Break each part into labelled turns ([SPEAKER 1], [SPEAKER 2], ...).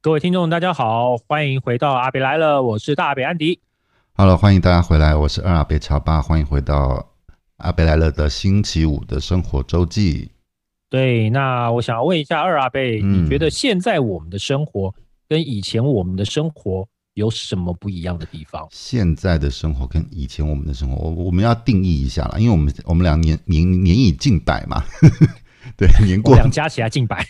[SPEAKER 1] 各位听众，大家好，欢迎回到阿北来了，我是大北安迪。
[SPEAKER 2] Hello，欢迎大家回来，我是二阿北乔巴，欢迎回到阿北来了的星期五的生活周记。
[SPEAKER 1] 对，那我想要问一下二阿贝，
[SPEAKER 2] 嗯
[SPEAKER 1] 你觉得现在我们的生活跟以前我们的生活有什么不一样的地方？
[SPEAKER 2] 现在的生活跟以前我们的生活，我我们要定义一下啦，因为我们我们俩年年年已近百嘛， 对，年
[SPEAKER 1] 我
[SPEAKER 2] 过
[SPEAKER 1] 们俩加起来近百，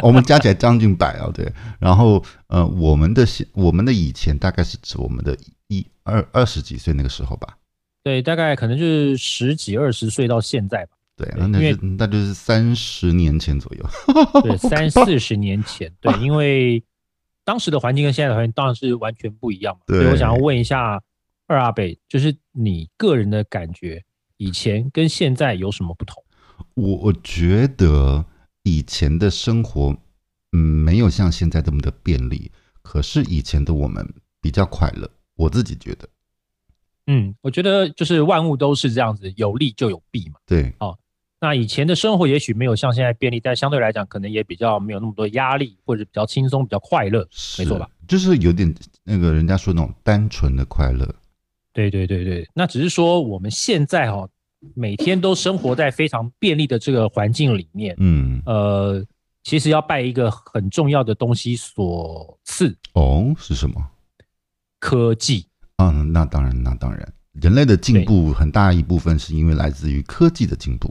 [SPEAKER 2] 我们加起来将近百哦，对。然后呃，我们的现我们的以前大概是指我们的一二二十几岁那个时候吧，
[SPEAKER 1] 对，大概可能就是十几二十岁到现在吧，
[SPEAKER 2] 对，
[SPEAKER 1] 对
[SPEAKER 2] 那那
[SPEAKER 1] 因为
[SPEAKER 2] 就那就是三十年前左右，
[SPEAKER 1] 对，三四十年 前，对，因为当时的环境跟现在的环境当然是完全不一样嘛。
[SPEAKER 2] 对
[SPEAKER 1] 所以我想要问一下二阿北，就是你个人的感觉，以前跟现在有什么不同？
[SPEAKER 2] 我我觉得以前的生活，嗯，没有像现在这么的便利。可是以前的我们比较快乐，我自己觉得，
[SPEAKER 1] 嗯，我觉得就是万物都是这样子，有利就有弊嘛。
[SPEAKER 2] 对
[SPEAKER 1] 那以前的生活也许没有像现在便利，但相对来讲，可能也比较没有那么多压力，或者比较轻松，比较快乐。
[SPEAKER 2] 是
[SPEAKER 1] 没错吧？
[SPEAKER 2] 就是有点那个人家说那种单纯的快乐，
[SPEAKER 1] 对对对对，那只是说我们现在哈、哦，每天都生活在非常便利的这个环境里面，
[SPEAKER 2] 嗯，
[SPEAKER 1] 呃，其实要拜一个很重要的东西所赐，
[SPEAKER 2] 哦，是什么？
[SPEAKER 1] 科技。
[SPEAKER 2] 啊，那当然，那当然，人类的进步很大一部分是因为来自于科技的进步。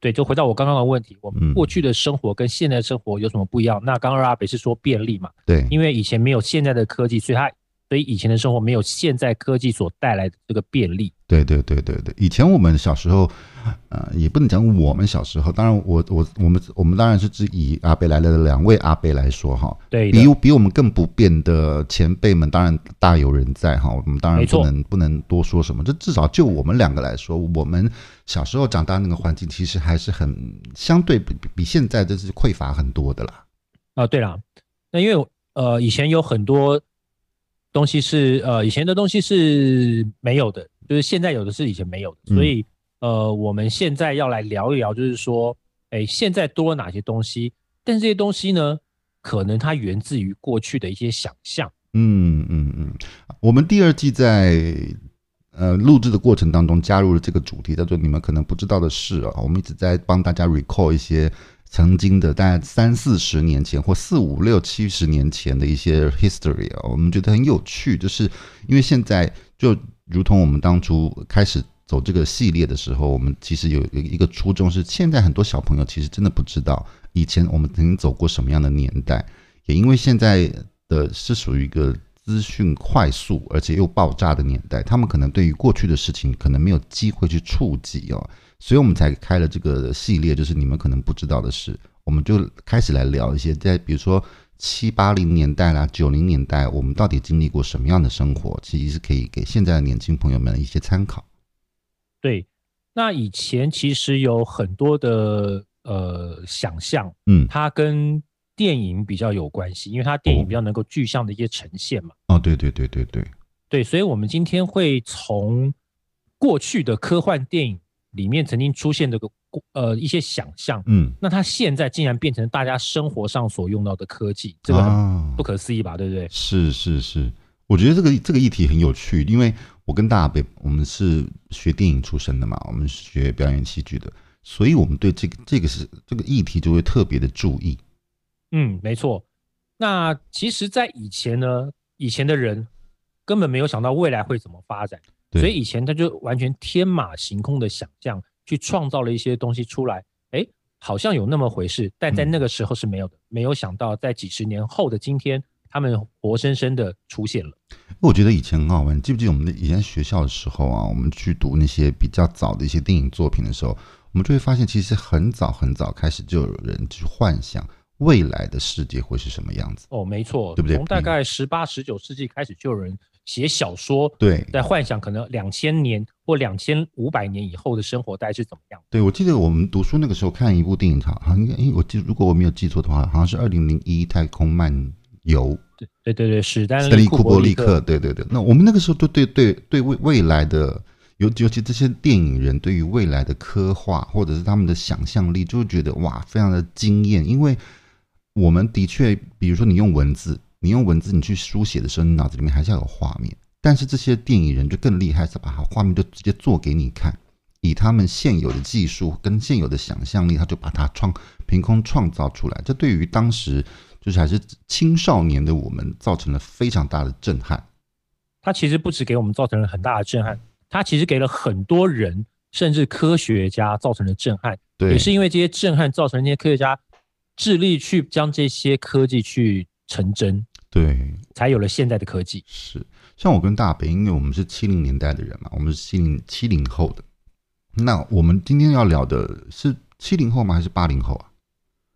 [SPEAKER 1] 对，就回到我刚刚的问题，我们
[SPEAKER 2] 嗯
[SPEAKER 1] 过去的生活跟现在的生活有什么不一样？那刚刚二阿北是说便利嘛，
[SPEAKER 2] 对，
[SPEAKER 1] 因为以前没有现在的科技，所以它所以以前的生活没有现在科技所带来的这个便利。
[SPEAKER 2] 对对对对对，以前我们小时候，呃，也不能讲我们小时候，当然我我我们我们当然是指以阿贝来了的两位阿贝来说哈，
[SPEAKER 1] 对的
[SPEAKER 2] 比，比我们更不变的前辈们当然大有人在哈，我们当然
[SPEAKER 1] 没错
[SPEAKER 2] 不能不能多说什么，这至少就我们两个来说，我们小时候长大那个环境其实还是很相对比比比现在这是匮乏很多的啦，
[SPEAKER 1] 啊、对了，那因为呃以前有很多东西是呃以前的东西是没有的，就是现在有的是以前没有的，所
[SPEAKER 2] 嗯
[SPEAKER 1] 以、呃我们现在要来聊一聊，就是说，哎，现在多了哪些东西？但是这些东西呢，可能它源自于过去的一些想象。
[SPEAKER 2] 嗯嗯嗯，我们第二季在呃录制的过程当中加入了这个主题，叫做“你们可能不知道的事”啊，我们一直在帮大家 recall 一些曾经的大概三四十年前或四五六七十年前的一些 history 啊，我们觉得很有趣，就是因为现在就如同我们当初开始。走这个系列的时候，我们其实有一个初衷是，现在很多小朋友其实真的不知道以前我们曾经走过什么样的年代，也因为现在的是属于一个资讯快速而且又爆炸的年代，他们可能对于过去的事情可能没有机会去触及哦，所以我们才开了这个系列，就是你们可能不知道的事，我们就开始来聊一些在比如说七八零年代啦、九零年代，我们到底经历过什么样的生活，其实是可以给现在的年轻朋友们一些参考。
[SPEAKER 1] 对，那以前其实有很多的呃想象，
[SPEAKER 2] 嗯，
[SPEAKER 1] 它跟电影比较有关系，因为它电影
[SPEAKER 2] 哦
[SPEAKER 1] 比较能够具象的一些呈现嘛。
[SPEAKER 2] 哦，对对对对对，
[SPEAKER 1] 对，所以，我们今天会从过去的科幻电影里面曾经出现的个过呃一些想象，
[SPEAKER 2] 嗯，
[SPEAKER 1] 那它现在竟然变成大家生活上所用到的科技，这个很
[SPEAKER 2] 啊
[SPEAKER 1] 不可思议吧？对不对？
[SPEAKER 2] 是是是，我觉得这个这个议题很有趣，因为我跟大北我们是学电影出身的嘛，我们是学表演戏剧的，所以我们对这个这个是这个议题就会特别的注意。
[SPEAKER 1] 嗯，没错。那其实，在以前呢，以前的人根本没有想到未来会怎么发展，
[SPEAKER 2] 对
[SPEAKER 1] 所以以前他就完全天马行空的想象，去创造了一些东西出来。哎，好像有那么回事，但在
[SPEAKER 2] 嗯
[SPEAKER 1] 那个时候是没有的。没有想到，在几十年后的今天，他们活生生的出现了。
[SPEAKER 2] 我觉得以前很好玩，你记不记得我们的以前学校的时候啊，我们去读那些比较早的一些电影作品的时候，我们就会发现，其实很早很早开始就有人去幻想未来的世界会是什么样子。
[SPEAKER 1] 哦，没错，
[SPEAKER 2] 对不对嗯
[SPEAKER 1] 从大概十八、十九世纪开始，就有人写小说，
[SPEAKER 2] 对，
[SPEAKER 1] 在幻想可能两千年或两千五百年以后的生活大概是怎么样。
[SPEAKER 2] 对，我记得我们读书那个时候看一部电影，好像应该，诶，我记，如果我没有记错的话，好像是二零零一《太空漫游
[SPEAKER 1] 对对对，史》，丹
[SPEAKER 2] 斯
[SPEAKER 1] 利
[SPEAKER 2] 利库伯
[SPEAKER 1] 利
[SPEAKER 2] 利克，对对对。那我们那个时候对对对对未未来的，尤尤其这些电影人对于未来的刻画，或者是他们的想象力，就会觉得哇，非常的惊艳，因为我们的确，比如说你用文字，你用文字你去书写的时候，你脑子里面还是要有画面。但是这些电影人就更厉害，是把画面就直接做给你看，以他们现有的技术跟现有的想象力，他就把它创凭空创造出来。这对于当时就是还是青少年的我们，造成了非常大的震撼。
[SPEAKER 1] 它其实不止给我们造成了很大的震撼，它其实给了很多人，甚至科学家造成了震撼。
[SPEAKER 2] 对，
[SPEAKER 1] 也是因为这些震撼，造成那些科学家致力去将这些科技去成真，
[SPEAKER 2] 对，
[SPEAKER 1] 才有了现在的科技。
[SPEAKER 2] 是，像我跟大北，因为我们是七零年代的人嘛，我们是七零七零后的。那我们今天要聊的是七零后吗？还是八零后啊？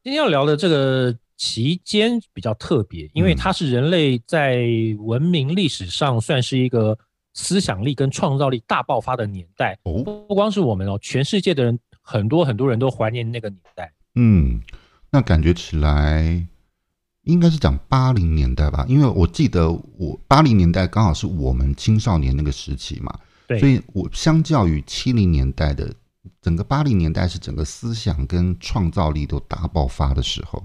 [SPEAKER 1] 今天要聊的这个期间比较特别，因为
[SPEAKER 2] 嗯
[SPEAKER 1] 它是人类在文明历史上算是一个思想力跟创造力大爆发的年代。
[SPEAKER 2] 哦，
[SPEAKER 1] 不光是我们哦，全世界的人很多很多人都怀念那个年代。
[SPEAKER 2] 嗯，那感觉起来应该是讲八零年代吧，因为我记得我八零年代刚好是我们青少年那个时期嘛，
[SPEAKER 1] 对
[SPEAKER 2] 所以我相较于七零年代的整个八零年代是整个思想跟创造力都大爆发的时候。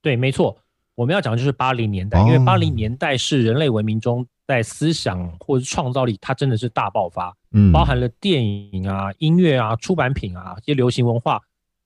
[SPEAKER 1] 对，没错，我们要讲的就是八零年代，
[SPEAKER 2] 哦
[SPEAKER 1] 因为八零年代是人类文明中在思想或者创造力，它真的是大爆发。
[SPEAKER 2] 嗯，
[SPEAKER 1] 包含了电影啊、音乐啊、出版品啊、一些流行文化，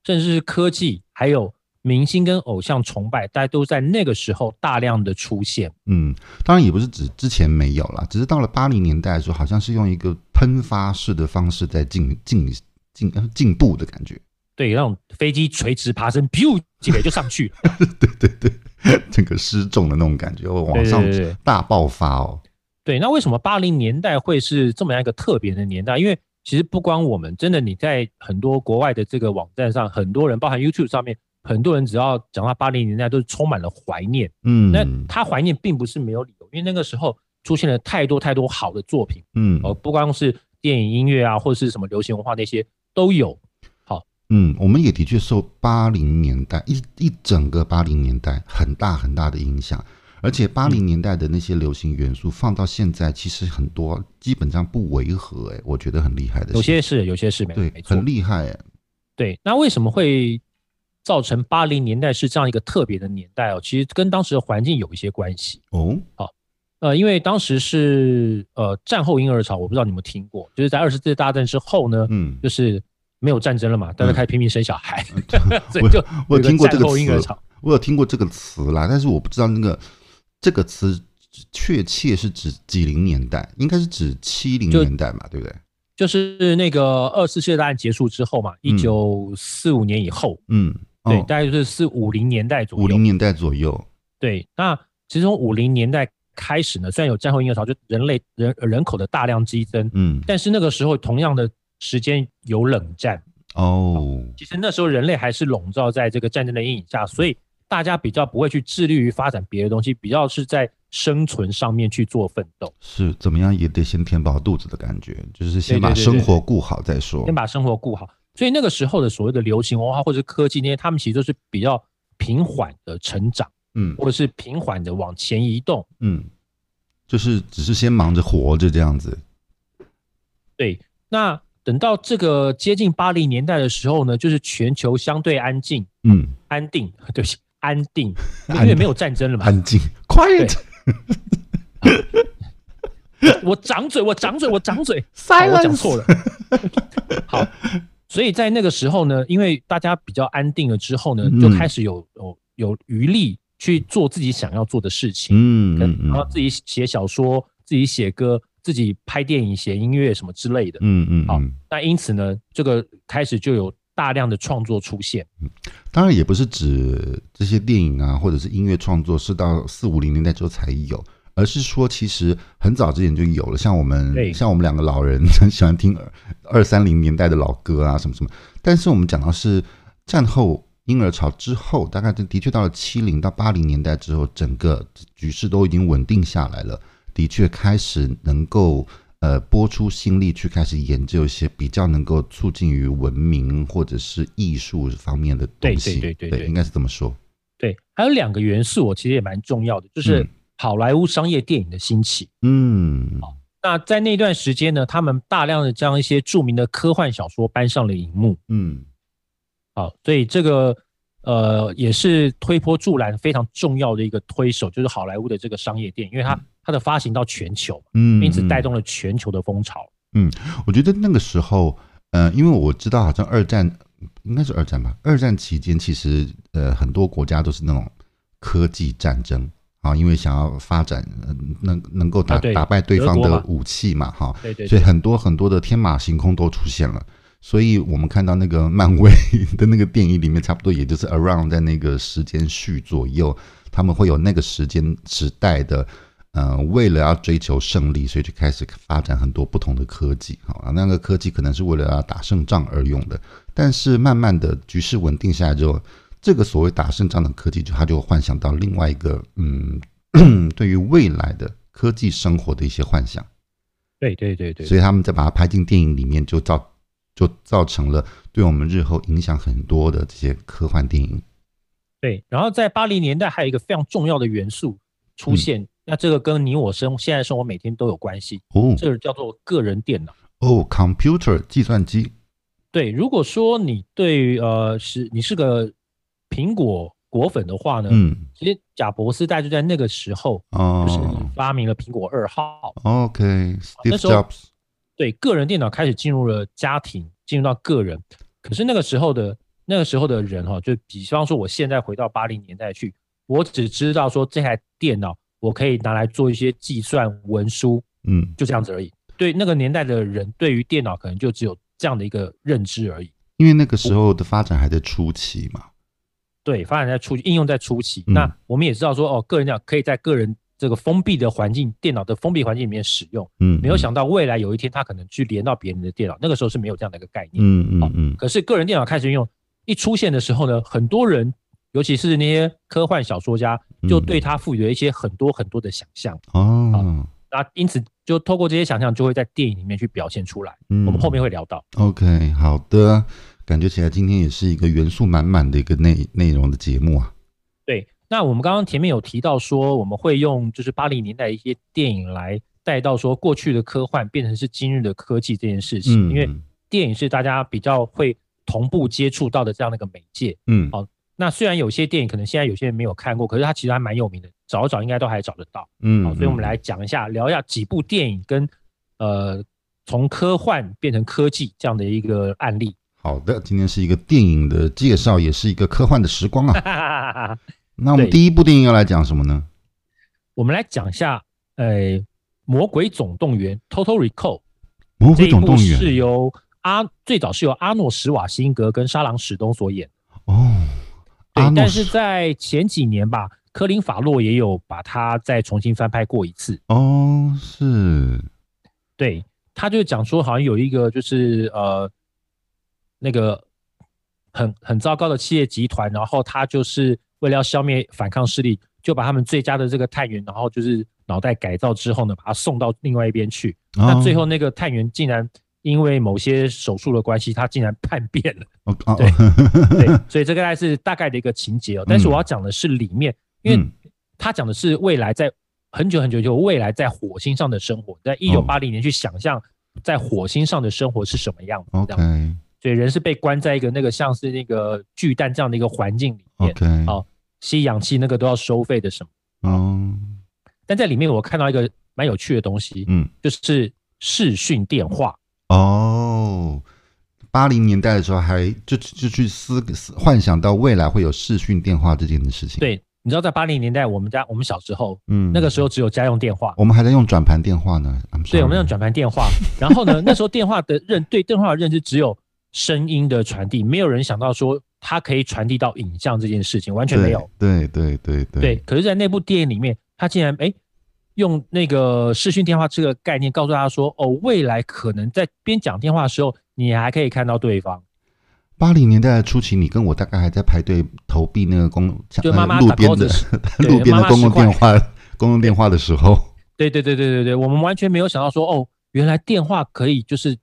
[SPEAKER 1] 甚至是科技，还有明星跟偶像崇拜，大家都在那个时候大量的出现。
[SPEAKER 2] 嗯，当然也不是指之前没有啦，只是到了八零年代的时候，好像是用一个喷发式的方式在进进进呃进步的感觉。
[SPEAKER 1] 对，那种飞机垂直爬升，biu 几个就上 去。
[SPEAKER 2] 对对对，整个失重的那种感觉，哦往
[SPEAKER 1] 对对
[SPEAKER 2] 上
[SPEAKER 1] 对对
[SPEAKER 2] 大爆发哦。
[SPEAKER 1] 对，那为什么八零年代会是这么样一个特别的年代？因为其实不光我们，真的你在很多国外的这个网站上，很多人，包含 YouTube 上面，很多人只要讲到八零年代，都是充满了怀念。
[SPEAKER 2] 嗯，
[SPEAKER 1] 那他怀念并不是没有理由，因为那个时候出现了太多太多好的作品。
[SPEAKER 2] 嗯
[SPEAKER 1] 哦，不光是电影音乐啊，或者是什么流行文化那些都有。
[SPEAKER 2] 嗯，我们也的确受八零年代一一整个八零年代很大很大的影响，而且
[SPEAKER 1] 嗯
[SPEAKER 2] 八零年代的那些流行元素放到现在，其实很多基本上不违和、哎，我觉得很厉害的事。
[SPEAKER 1] 有些是，有些是没
[SPEAKER 2] 对
[SPEAKER 1] 没，错
[SPEAKER 2] 很。厉害、哎
[SPEAKER 1] 对，那为什么会造成八零年代是这样一个特别的年代哦？其实跟当时的环境有一些关系。
[SPEAKER 2] 哦，
[SPEAKER 1] 呃，因为当时是呃战后婴儿潮，我不知道你们有没有听过，就是在二次世界大战之后呢，
[SPEAKER 2] 嗯，
[SPEAKER 1] 就是没有战争了嘛，大家开始拼命生小孩， 所以
[SPEAKER 2] 我
[SPEAKER 1] 就
[SPEAKER 2] 我
[SPEAKER 1] 有
[SPEAKER 2] 听过这
[SPEAKER 1] 战
[SPEAKER 2] 个
[SPEAKER 1] 后婴儿
[SPEAKER 2] 词
[SPEAKER 1] 潮。
[SPEAKER 2] 我有听过这个词啦，但是我不知道那个这个词确切是指几零年代，应该是指七零
[SPEAKER 1] 就
[SPEAKER 2] 年代嘛，对不对？
[SPEAKER 1] 就是那个二次世界大战结束之后嘛，一
[SPEAKER 2] 嗯
[SPEAKER 1] 九四五年以后，
[SPEAKER 2] 嗯，
[SPEAKER 1] 对，
[SPEAKER 2] 哦，
[SPEAKER 1] 大概就是四五零年代左右。
[SPEAKER 2] 五零年代左右，
[SPEAKER 1] 对，那其实从五零年代开始呢，虽然有战后婴儿潮，就人类人人口的大量激增，
[SPEAKER 2] 嗯，
[SPEAKER 1] 但是那个时候同样的时间有冷战，
[SPEAKER 2] 哦，
[SPEAKER 1] 其实那时候人类还是笼罩在这个战争的阴影下，所以大家比较不会去致力于发展别的东西，比较是在生存上面去做奋斗，
[SPEAKER 2] 是怎么样也得先填饱肚子的感觉，就是先
[SPEAKER 1] 对对
[SPEAKER 2] 把
[SPEAKER 1] 对
[SPEAKER 2] 生
[SPEAKER 1] 对
[SPEAKER 2] 活顾好再说
[SPEAKER 1] 先。把生活顾好。所以那个时候的所谓的流行文化或者是科技那些，他们其实都是比较平缓的成长，
[SPEAKER 2] 嗯
[SPEAKER 1] 或者是平缓的往前移动。
[SPEAKER 2] 嗯，就是只是先忙着活着这样子。
[SPEAKER 1] 对，那等到这个接近八零年代的时候呢，就是全球相对安静、
[SPEAKER 2] 嗯，
[SPEAKER 1] 安定， 对不起，安 定，因
[SPEAKER 2] 安
[SPEAKER 1] 为
[SPEAKER 2] 定
[SPEAKER 1] 没有战争了嘛。
[SPEAKER 2] 安静，quiet
[SPEAKER 1] 我掌嘴，我掌嘴，我掌嘴，好哦我讲
[SPEAKER 2] silence。
[SPEAKER 1] 错了。好，所以在那个时候呢，因为大家比较安定了之后呢，就
[SPEAKER 2] 嗯
[SPEAKER 1] 开始有有有余力去做自己想要做的事情，
[SPEAKER 2] 嗯
[SPEAKER 1] 可能
[SPEAKER 2] 嗯
[SPEAKER 1] 然后
[SPEAKER 2] 嗯
[SPEAKER 1] 自己写小说、自己写歌、自己拍电影、写音乐什么之类的。
[SPEAKER 2] 嗯嗯
[SPEAKER 1] 好
[SPEAKER 2] 嗯。
[SPEAKER 1] 那因此呢，这个开始就有大量的创作出现。
[SPEAKER 2] 当然也不是指这些电影啊，或者是音乐创作是到四五零年代之后才有，而是说其实很早之前就有了。像我
[SPEAKER 1] 对
[SPEAKER 2] 们像我们两个老人很喜欢听二二三零年代的老歌啊，什么什么。但是我们讲到是战后婴儿潮之后，大概的确到了七零到八零年代之后，整个局势都已经稳定下来了，的确开始能够。呃，拨出心力去开始研究一些比较能够促进于文明或者是艺术方面的
[SPEAKER 1] 对
[SPEAKER 2] 东西，
[SPEAKER 1] 对对对对
[SPEAKER 2] 应该是这么说。
[SPEAKER 1] 对，还有两个元素，我其实也蛮重要的，就是
[SPEAKER 2] 嗯
[SPEAKER 1] 好莱坞商业电影的兴起。
[SPEAKER 2] 嗯，
[SPEAKER 1] 那在那段时间呢，他们大量的将一些著名的科幻小说搬上了荧幕。
[SPEAKER 2] 嗯
[SPEAKER 1] 好，所以这个呃，也是推波助澜非常重要的一个推手，就是好莱坞的这个商业电影，因为它它的发行到全球，
[SPEAKER 2] 嗯，
[SPEAKER 1] 因此带
[SPEAKER 2] 嗯
[SPEAKER 1] 动了全球的风潮。
[SPEAKER 2] 我觉得那个时候，呃，因为我知道好像二战应该是二战吧，二战期间其实呃很多国家都是那种科技战争啊，因为想要发展、呃、能能够打、
[SPEAKER 1] 啊对
[SPEAKER 2] 打败对
[SPEAKER 1] 德
[SPEAKER 2] 方
[SPEAKER 1] 国
[SPEAKER 2] 的
[SPEAKER 1] 嘛
[SPEAKER 2] 武器嘛，哈，
[SPEAKER 1] 对对
[SPEAKER 2] 所以
[SPEAKER 1] 对，
[SPEAKER 2] 很多很多的天马行空都出现了。所以我们看到那个漫威的那个电影里面，差不多也就是 around 在那个时间序左右，他们会有那个时间时代的，呃，为了要追求胜利，所以就开始发展很多不同的科技。好啊，那个科技可能是为了要打胜仗而用的，但是慢慢的局势稳定下来之后，这个所谓打胜仗的科技，就它就幻想到另外一个，嗯， 对于未来的科技生活的一些幻想。
[SPEAKER 1] 对对对对，
[SPEAKER 2] 所以他们再把它拍进电影里面，就造就造成了对我们日后影响很多的这些科幻电影。
[SPEAKER 1] 对，然后在八零年代还有一个非常重要的元素
[SPEAKER 2] 嗯
[SPEAKER 1] 出现，那这个跟你我生现在生活每天都有关系，
[SPEAKER 2] 哦
[SPEAKER 1] 这个叫做个人电脑。
[SPEAKER 2] 哦，computer 计算机，
[SPEAKER 1] 对，如果说你对于呃是你是个苹果果粉的话呢，
[SPEAKER 2] 嗯，
[SPEAKER 1] 其实贾伯斯大概就在那个时候就是
[SPEAKER 2] 哦
[SPEAKER 1] 发明了苹果二号，
[SPEAKER 2] ，OK，Steve
[SPEAKER 1] 那时候
[SPEAKER 2] Jobs，
[SPEAKER 1] 对，个人电脑开始进入了家庭，进入到个人。可是那个时候的那个时候的人哈、就比方说我现在回到八零年代去，我只知道说这台电脑我可以拿来做一些计算、文书，
[SPEAKER 2] 嗯，
[SPEAKER 1] 就这样子而已。对那个年代的人，对于电脑可能就只有这样的一个认知而已。
[SPEAKER 2] 因为那个时候的发展还在初期嘛，
[SPEAKER 1] 对，发展在初应用在初期。
[SPEAKER 2] 嗯
[SPEAKER 1] 那我们也知道说，哦，个人电脑可以在个人这个封闭的环境，电脑的封闭环境里面使用。
[SPEAKER 2] 嗯，
[SPEAKER 1] 没有想到未来有一天，它可能去连到别人的电脑，那个时候是没有这样的一个概念。
[SPEAKER 2] 嗯，嗯嗯嗯，
[SPEAKER 1] 可是个人电脑开始应用一出现的时候呢，很多人，尤其是那些科幻小说家，就对啊它赋予了一些很多很多的想象。
[SPEAKER 2] 嗯哦，
[SPEAKER 1] 那因此，就透过这些想象，就会在电影里面去表现出来。
[SPEAKER 2] 嗯，
[SPEAKER 1] 我们后面会聊到。
[SPEAKER 2] OK，好的，感觉起来今天也是一个元素满满的一个内内容的节目啊，
[SPEAKER 1] 对，那我们刚刚前面有提到说，我们会用就是八零年代的一些电影来带到说过去的科幻变成是今日的科技这件事情，
[SPEAKER 2] 嗯，
[SPEAKER 1] 因为电影是大家比较会同步接触到的这样的一个媒介。
[SPEAKER 2] 嗯，
[SPEAKER 1] 好那虽然有些电影可能现在有些人没有看过，可是它其实还蛮有名的，找一找应该都还找得到。
[SPEAKER 2] 嗯，
[SPEAKER 1] 好，所以我们
[SPEAKER 2] 嗯
[SPEAKER 1] 来讲一下，聊一下几部电影跟呃从科幻变成科技这样的一个案例。
[SPEAKER 2] 好的，今天是一个电影的介绍，也是一个科幻的时 光啊。
[SPEAKER 1] 哈哈哈哈
[SPEAKER 2] 那我们
[SPEAKER 1] 对
[SPEAKER 2] 第一部电影要来讲什么呢？
[SPEAKER 1] 我们来讲一下，呃，《魔鬼总动员》（Total Recall）
[SPEAKER 2] 《魔
[SPEAKER 1] 这
[SPEAKER 2] 鬼
[SPEAKER 1] 一
[SPEAKER 2] 总
[SPEAKER 1] 部
[SPEAKER 2] 动员
[SPEAKER 1] 是》由阿最早是由阿诺·施瓦辛格跟沙朗·史东所演，
[SPEAKER 2] 哦，
[SPEAKER 1] 对
[SPEAKER 2] 阿，诺
[SPEAKER 1] 但是
[SPEAKER 2] 施
[SPEAKER 1] 在前几年吧，科林·法洛也有把它再重新翻拍过一次。
[SPEAKER 2] 哦是
[SPEAKER 1] 对，他就讲说，好像有一个就是呃，那个很很糟糕的企业集团，然后他就是为了要消灭反抗势力，就把他们最佳的这个探员，然后就是脑袋改造之后呢，把他送到另外一边去。那
[SPEAKER 2] 哦
[SPEAKER 1] 最后那个探员竟然因为某些手术的关系，他竟然叛变了。
[SPEAKER 2] 哦哦
[SPEAKER 1] 对
[SPEAKER 2] 哦
[SPEAKER 1] 对，所以这个大概是大概的一个情节哦。但是我要讲的是里面，因为
[SPEAKER 2] 嗯
[SPEAKER 1] 他讲的是未来在很久很久以后，未来在火星上的生活，
[SPEAKER 2] 哦
[SPEAKER 1] 在一九八零年去想象在火星上的生活是什么样子。这
[SPEAKER 2] OK
[SPEAKER 1] 样，所以人是被关在一个那个像是那个巨蛋这样的一个环境里面，
[SPEAKER 2] OK
[SPEAKER 1] 好吸氧气那个都要收费的什么。
[SPEAKER 2] 哦
[SPEAKER 1] 但在里面我看到一个蛮有趣的东西，
[SPEAKER 2] 嗯
[SPEAKER 1] 就是视讯电话。
[SPEAKER 2] 哦，八零年代的时候还就就去思思幻想到未来会有视讯电话这件事情。，
[SPEAKER 1] 对，你知道在八零年代我们家我们小时候
[SPEAKER 2] 嗯，
[SPEAKER 1] 那个时候只有家用电话，
[SPEAKER 2] 我们还在用转盘电话呢。I'm
[SPEAKER 1] 对，我们
[SPEAKER 2] sorry
[SPEAKER 1] 用转盘电话。然后呢，那时候电话的认对电话的认知只有声音的传递，没有人想到说它可以传递到影像这件事情，完全没有。
[SPEAKER 2] 对对对对
[SPEAKER 1] 对，可是，在那部电影里面，他竟然哎用那个视讯电话这个概念告诉大家说，哦，未来可能在边讲电话的时候，你还可以看到对方。
[SPEAKER 2] 八零年代的初期，你跟我大概还在排队投币那个公，
[SPEAKER 1] 就妈妈
[SPEAKER 2] 呃路
[SPEAKER 1] 打
[SPEAKER 2] 边
[SPEAKER 1] 包
[SPEAKER 2] 的
[SPEAKER 1] 子 时对
[SPEAKER 2] 路边
[SPEAKER 1] 妈妈
[SPEAKER 2] 的公共
[SPEAKER 1] 10块
[SPEAKER 2] 电话公共电话的 时候，
[SPEAKER 1] 对对对对对对，我们完全没有想到说，哦，原来电话可以就是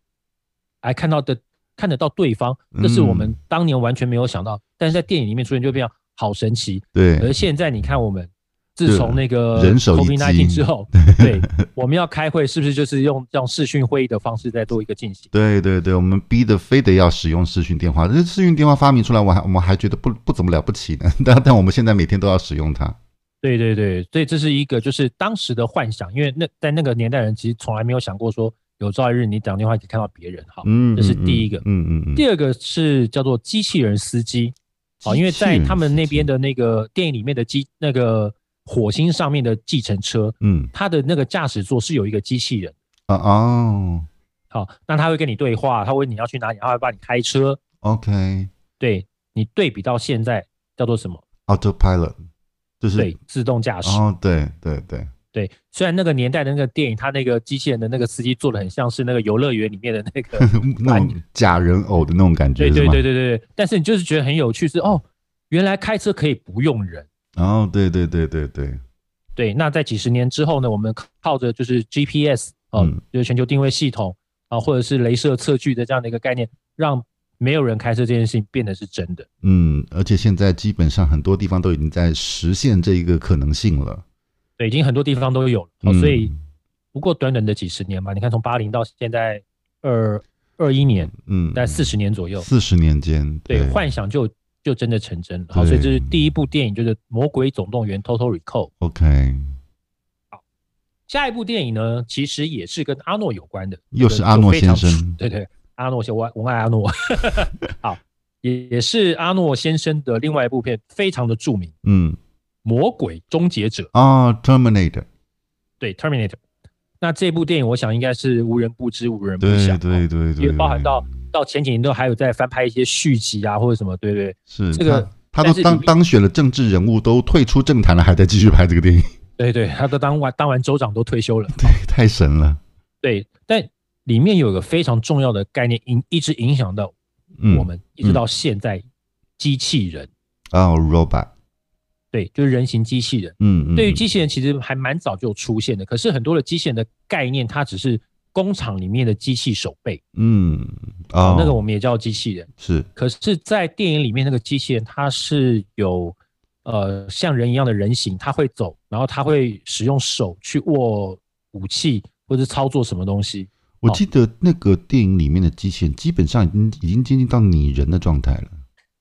[SPEAKER 1] 来看到的看得到对方，这是我们
[SPEAKER 2] 嗯
[SPEAKER 1] 当年完全没有想到，但是在电影里面出现就变成好神奇。
[SPEAKER 2] 对
[SPEAKER 1] 而现在你看我们自从那个
[SPEAKER 2] 人手一
[SPEAKER 1] COVID
[SPEAKER 2] 机
[SPEAKER 1] nineteen 之后， 对，我们要开会是不是就是用这样视讯会议的方式再做一个进行？
[SPEAKER 2] 对对对，我们逼得非得要使用视讯电话，这视讯电话发明出来，我还我们还觉得不不怎么了不起呢， 但但我们现在每天都要使用
[SPEAKER 1] 哦
[SPEAKER 2] 它。
[SPEAKER 1] 对对对，所以这是一个就是当时的幻想，因为那在那个年代人其实从来没有想过说有朝一日你打电话可以看到别人哈。
[SPEAKER 2] 嗯，
[SPEAKER 1] 这是
[SPEAKER 2] 嗯
[SPEAKER 1] 第一个
[SPEAKER 2] 嗯嗯嗯，
[SPEAKER 1] 第二个是叫做机器人司机，啊，
[SPEAKER 2] 机
[SPEAKER 1] 因为
[SPEAKER 2] 器
[SPEAKER 1] 在
[SPEAKER 2] 人
[SPEAKER 1] 他
[SPEAKER 2] 司
[SPEAKER 1] 们那
[SPEAKER 2] 机
[SPEAKER 1] 边的那个电影里面的机那个火星上面的计程车，
[SPEAKER 2] 嗯
[SPEAKER 1] 它的那个驾驶座是有一个机器人，
[SPEAKER 2] 啊哦
[SPEAKER 1] 好、那他会跟你对话，他会你要去哪里，他会帮你开车，
[SPEAKER 2] ，OK
[SPEAKER 1] 对你对比到现在叫做什么？
[SPEAKER 2] autopilot，就是
[SPEAKER 1] 对，自动驾驶。
[SPEAKER 2] 哦对对对，
[SPEAKER 1] 对，虽然那个年代的那个电影，他那个机器人的那个司机做的很像是那个游乐园里面的那 个
[SPEAKER 2] 那种假人偶的那种感觉
[SPEAKER 1] 对
[SPEAKER 2] 是
[SPEAKER 1] 对
[SPEAKER 2] 吗？
[SPEAKER 1] 对对对对，但是你就是觉得很有趣是，哦，原来开车可以不用人。
[SPEAKER 2] 哦对对对对对，
[SPEAKER 1] 对，那在几十年之后呢，我们靠着就是 GPS 哦、
[SPEAKER 2] 嗯
[SPEAKER 1] 就是全球定位系统啊，或者是镭射测距的这样的一个概念，让没有人开车这件事情变得是真的。
[SPEAKER 2] 嗯，而且现在基本上很多地方都已经在实现这一个可能性了。
[SPEAKER 1] 对，已经很多地方都有了，哦
[SPEAKER 2] 嗯
[SPEAKER 1] 所以不过短短的几十年吧，你看从八零到现在二二一年，
[SPEAKER 2] 嗯，
[SPEAKER 1] 大概四十年左右，
[SPEAKER 2] 四十年间，
[SPEAKER 1] 对，幻想就就真的成真了。好，
[SPEAKER 2] 对
[SPEAKER 1] 所以这是第一部电影，就是《魔鬼总动员：Total Recall》。
[SPEAKER 2] OK，
[SPEAKER 1] 下一部电影呢，其实也是跟阿诺有关的，
[SPEAKER 2] 又是阿诺先 生
[SPEAKER 1] 对对，阿诺先我爱我爱阿诺， 好，也也是阿诺先生的另外一部片，非常的著名，《
[SPEAKER 2] 嗯
[SPEAKER 1] 魔鬼终结者》
[SPEAKER 2] 啊，Terminator，
[SPEAKER 1] 对 Terminator。那这部电影，我想应该是无人不知、无人不
[SPEAKER 2] 对
[SPEAKER 1] 晓，
[SPEAKER 2] 对对对，
[SPEAKER 1] 因为包含到到前几年都还有在翻拍一些续集啊，或者什么，对对
[SPEAKER 2] 是
[SPEAKER 1] 这个
[SPEAKER 2] 他他
[SPEAKER 1] 但
[SPEAKER 2] 都
[SPEAKER 1] 是
[SPEAKER 2] 当
[SPEAKER 1] 里面
[SPEAKER 2] 当选了政治人物，都退出政坛了，还在继续拍这个电影，
[SPEAKER 1] 对对，他都当完当完州长都退休了，
[SPEAKER 2] 太神了。
[SPEAKER 1] 对，但里面有一个非常重要的概念，影一直影响到
[SPEAKER 2] 嗯，
[SPEAKER 1] 我们，一直到现在，机器人，
[SPEAKER 2] 哦，robot，
[SPEAKER 1] 对，就是人形机器人。
[SPEAKER 2] 嗯嗯，
[SPEAKER 1] 对于
[SPEAKER 2] 嗯
[SPEAKER 1] 机器人，其实还蛮早就出现的，可是很多的机器人的概念，它只是工厂里面的机器手背，
[SPEAKER 2] 嗯哦，
[SPEAKER 1] 那个我们也叫机器人。
[SPEAKER 2] 是
[SPEAKER 1] 可是，在电影里面，那个机器人它是有呃像人一样的人形，它会走，然后它会使用手去握武器或者操作什么东西。
[SPEAKER 2] 我记得那个电影里面的机器人基本上已经已经接近到拟人的状态了，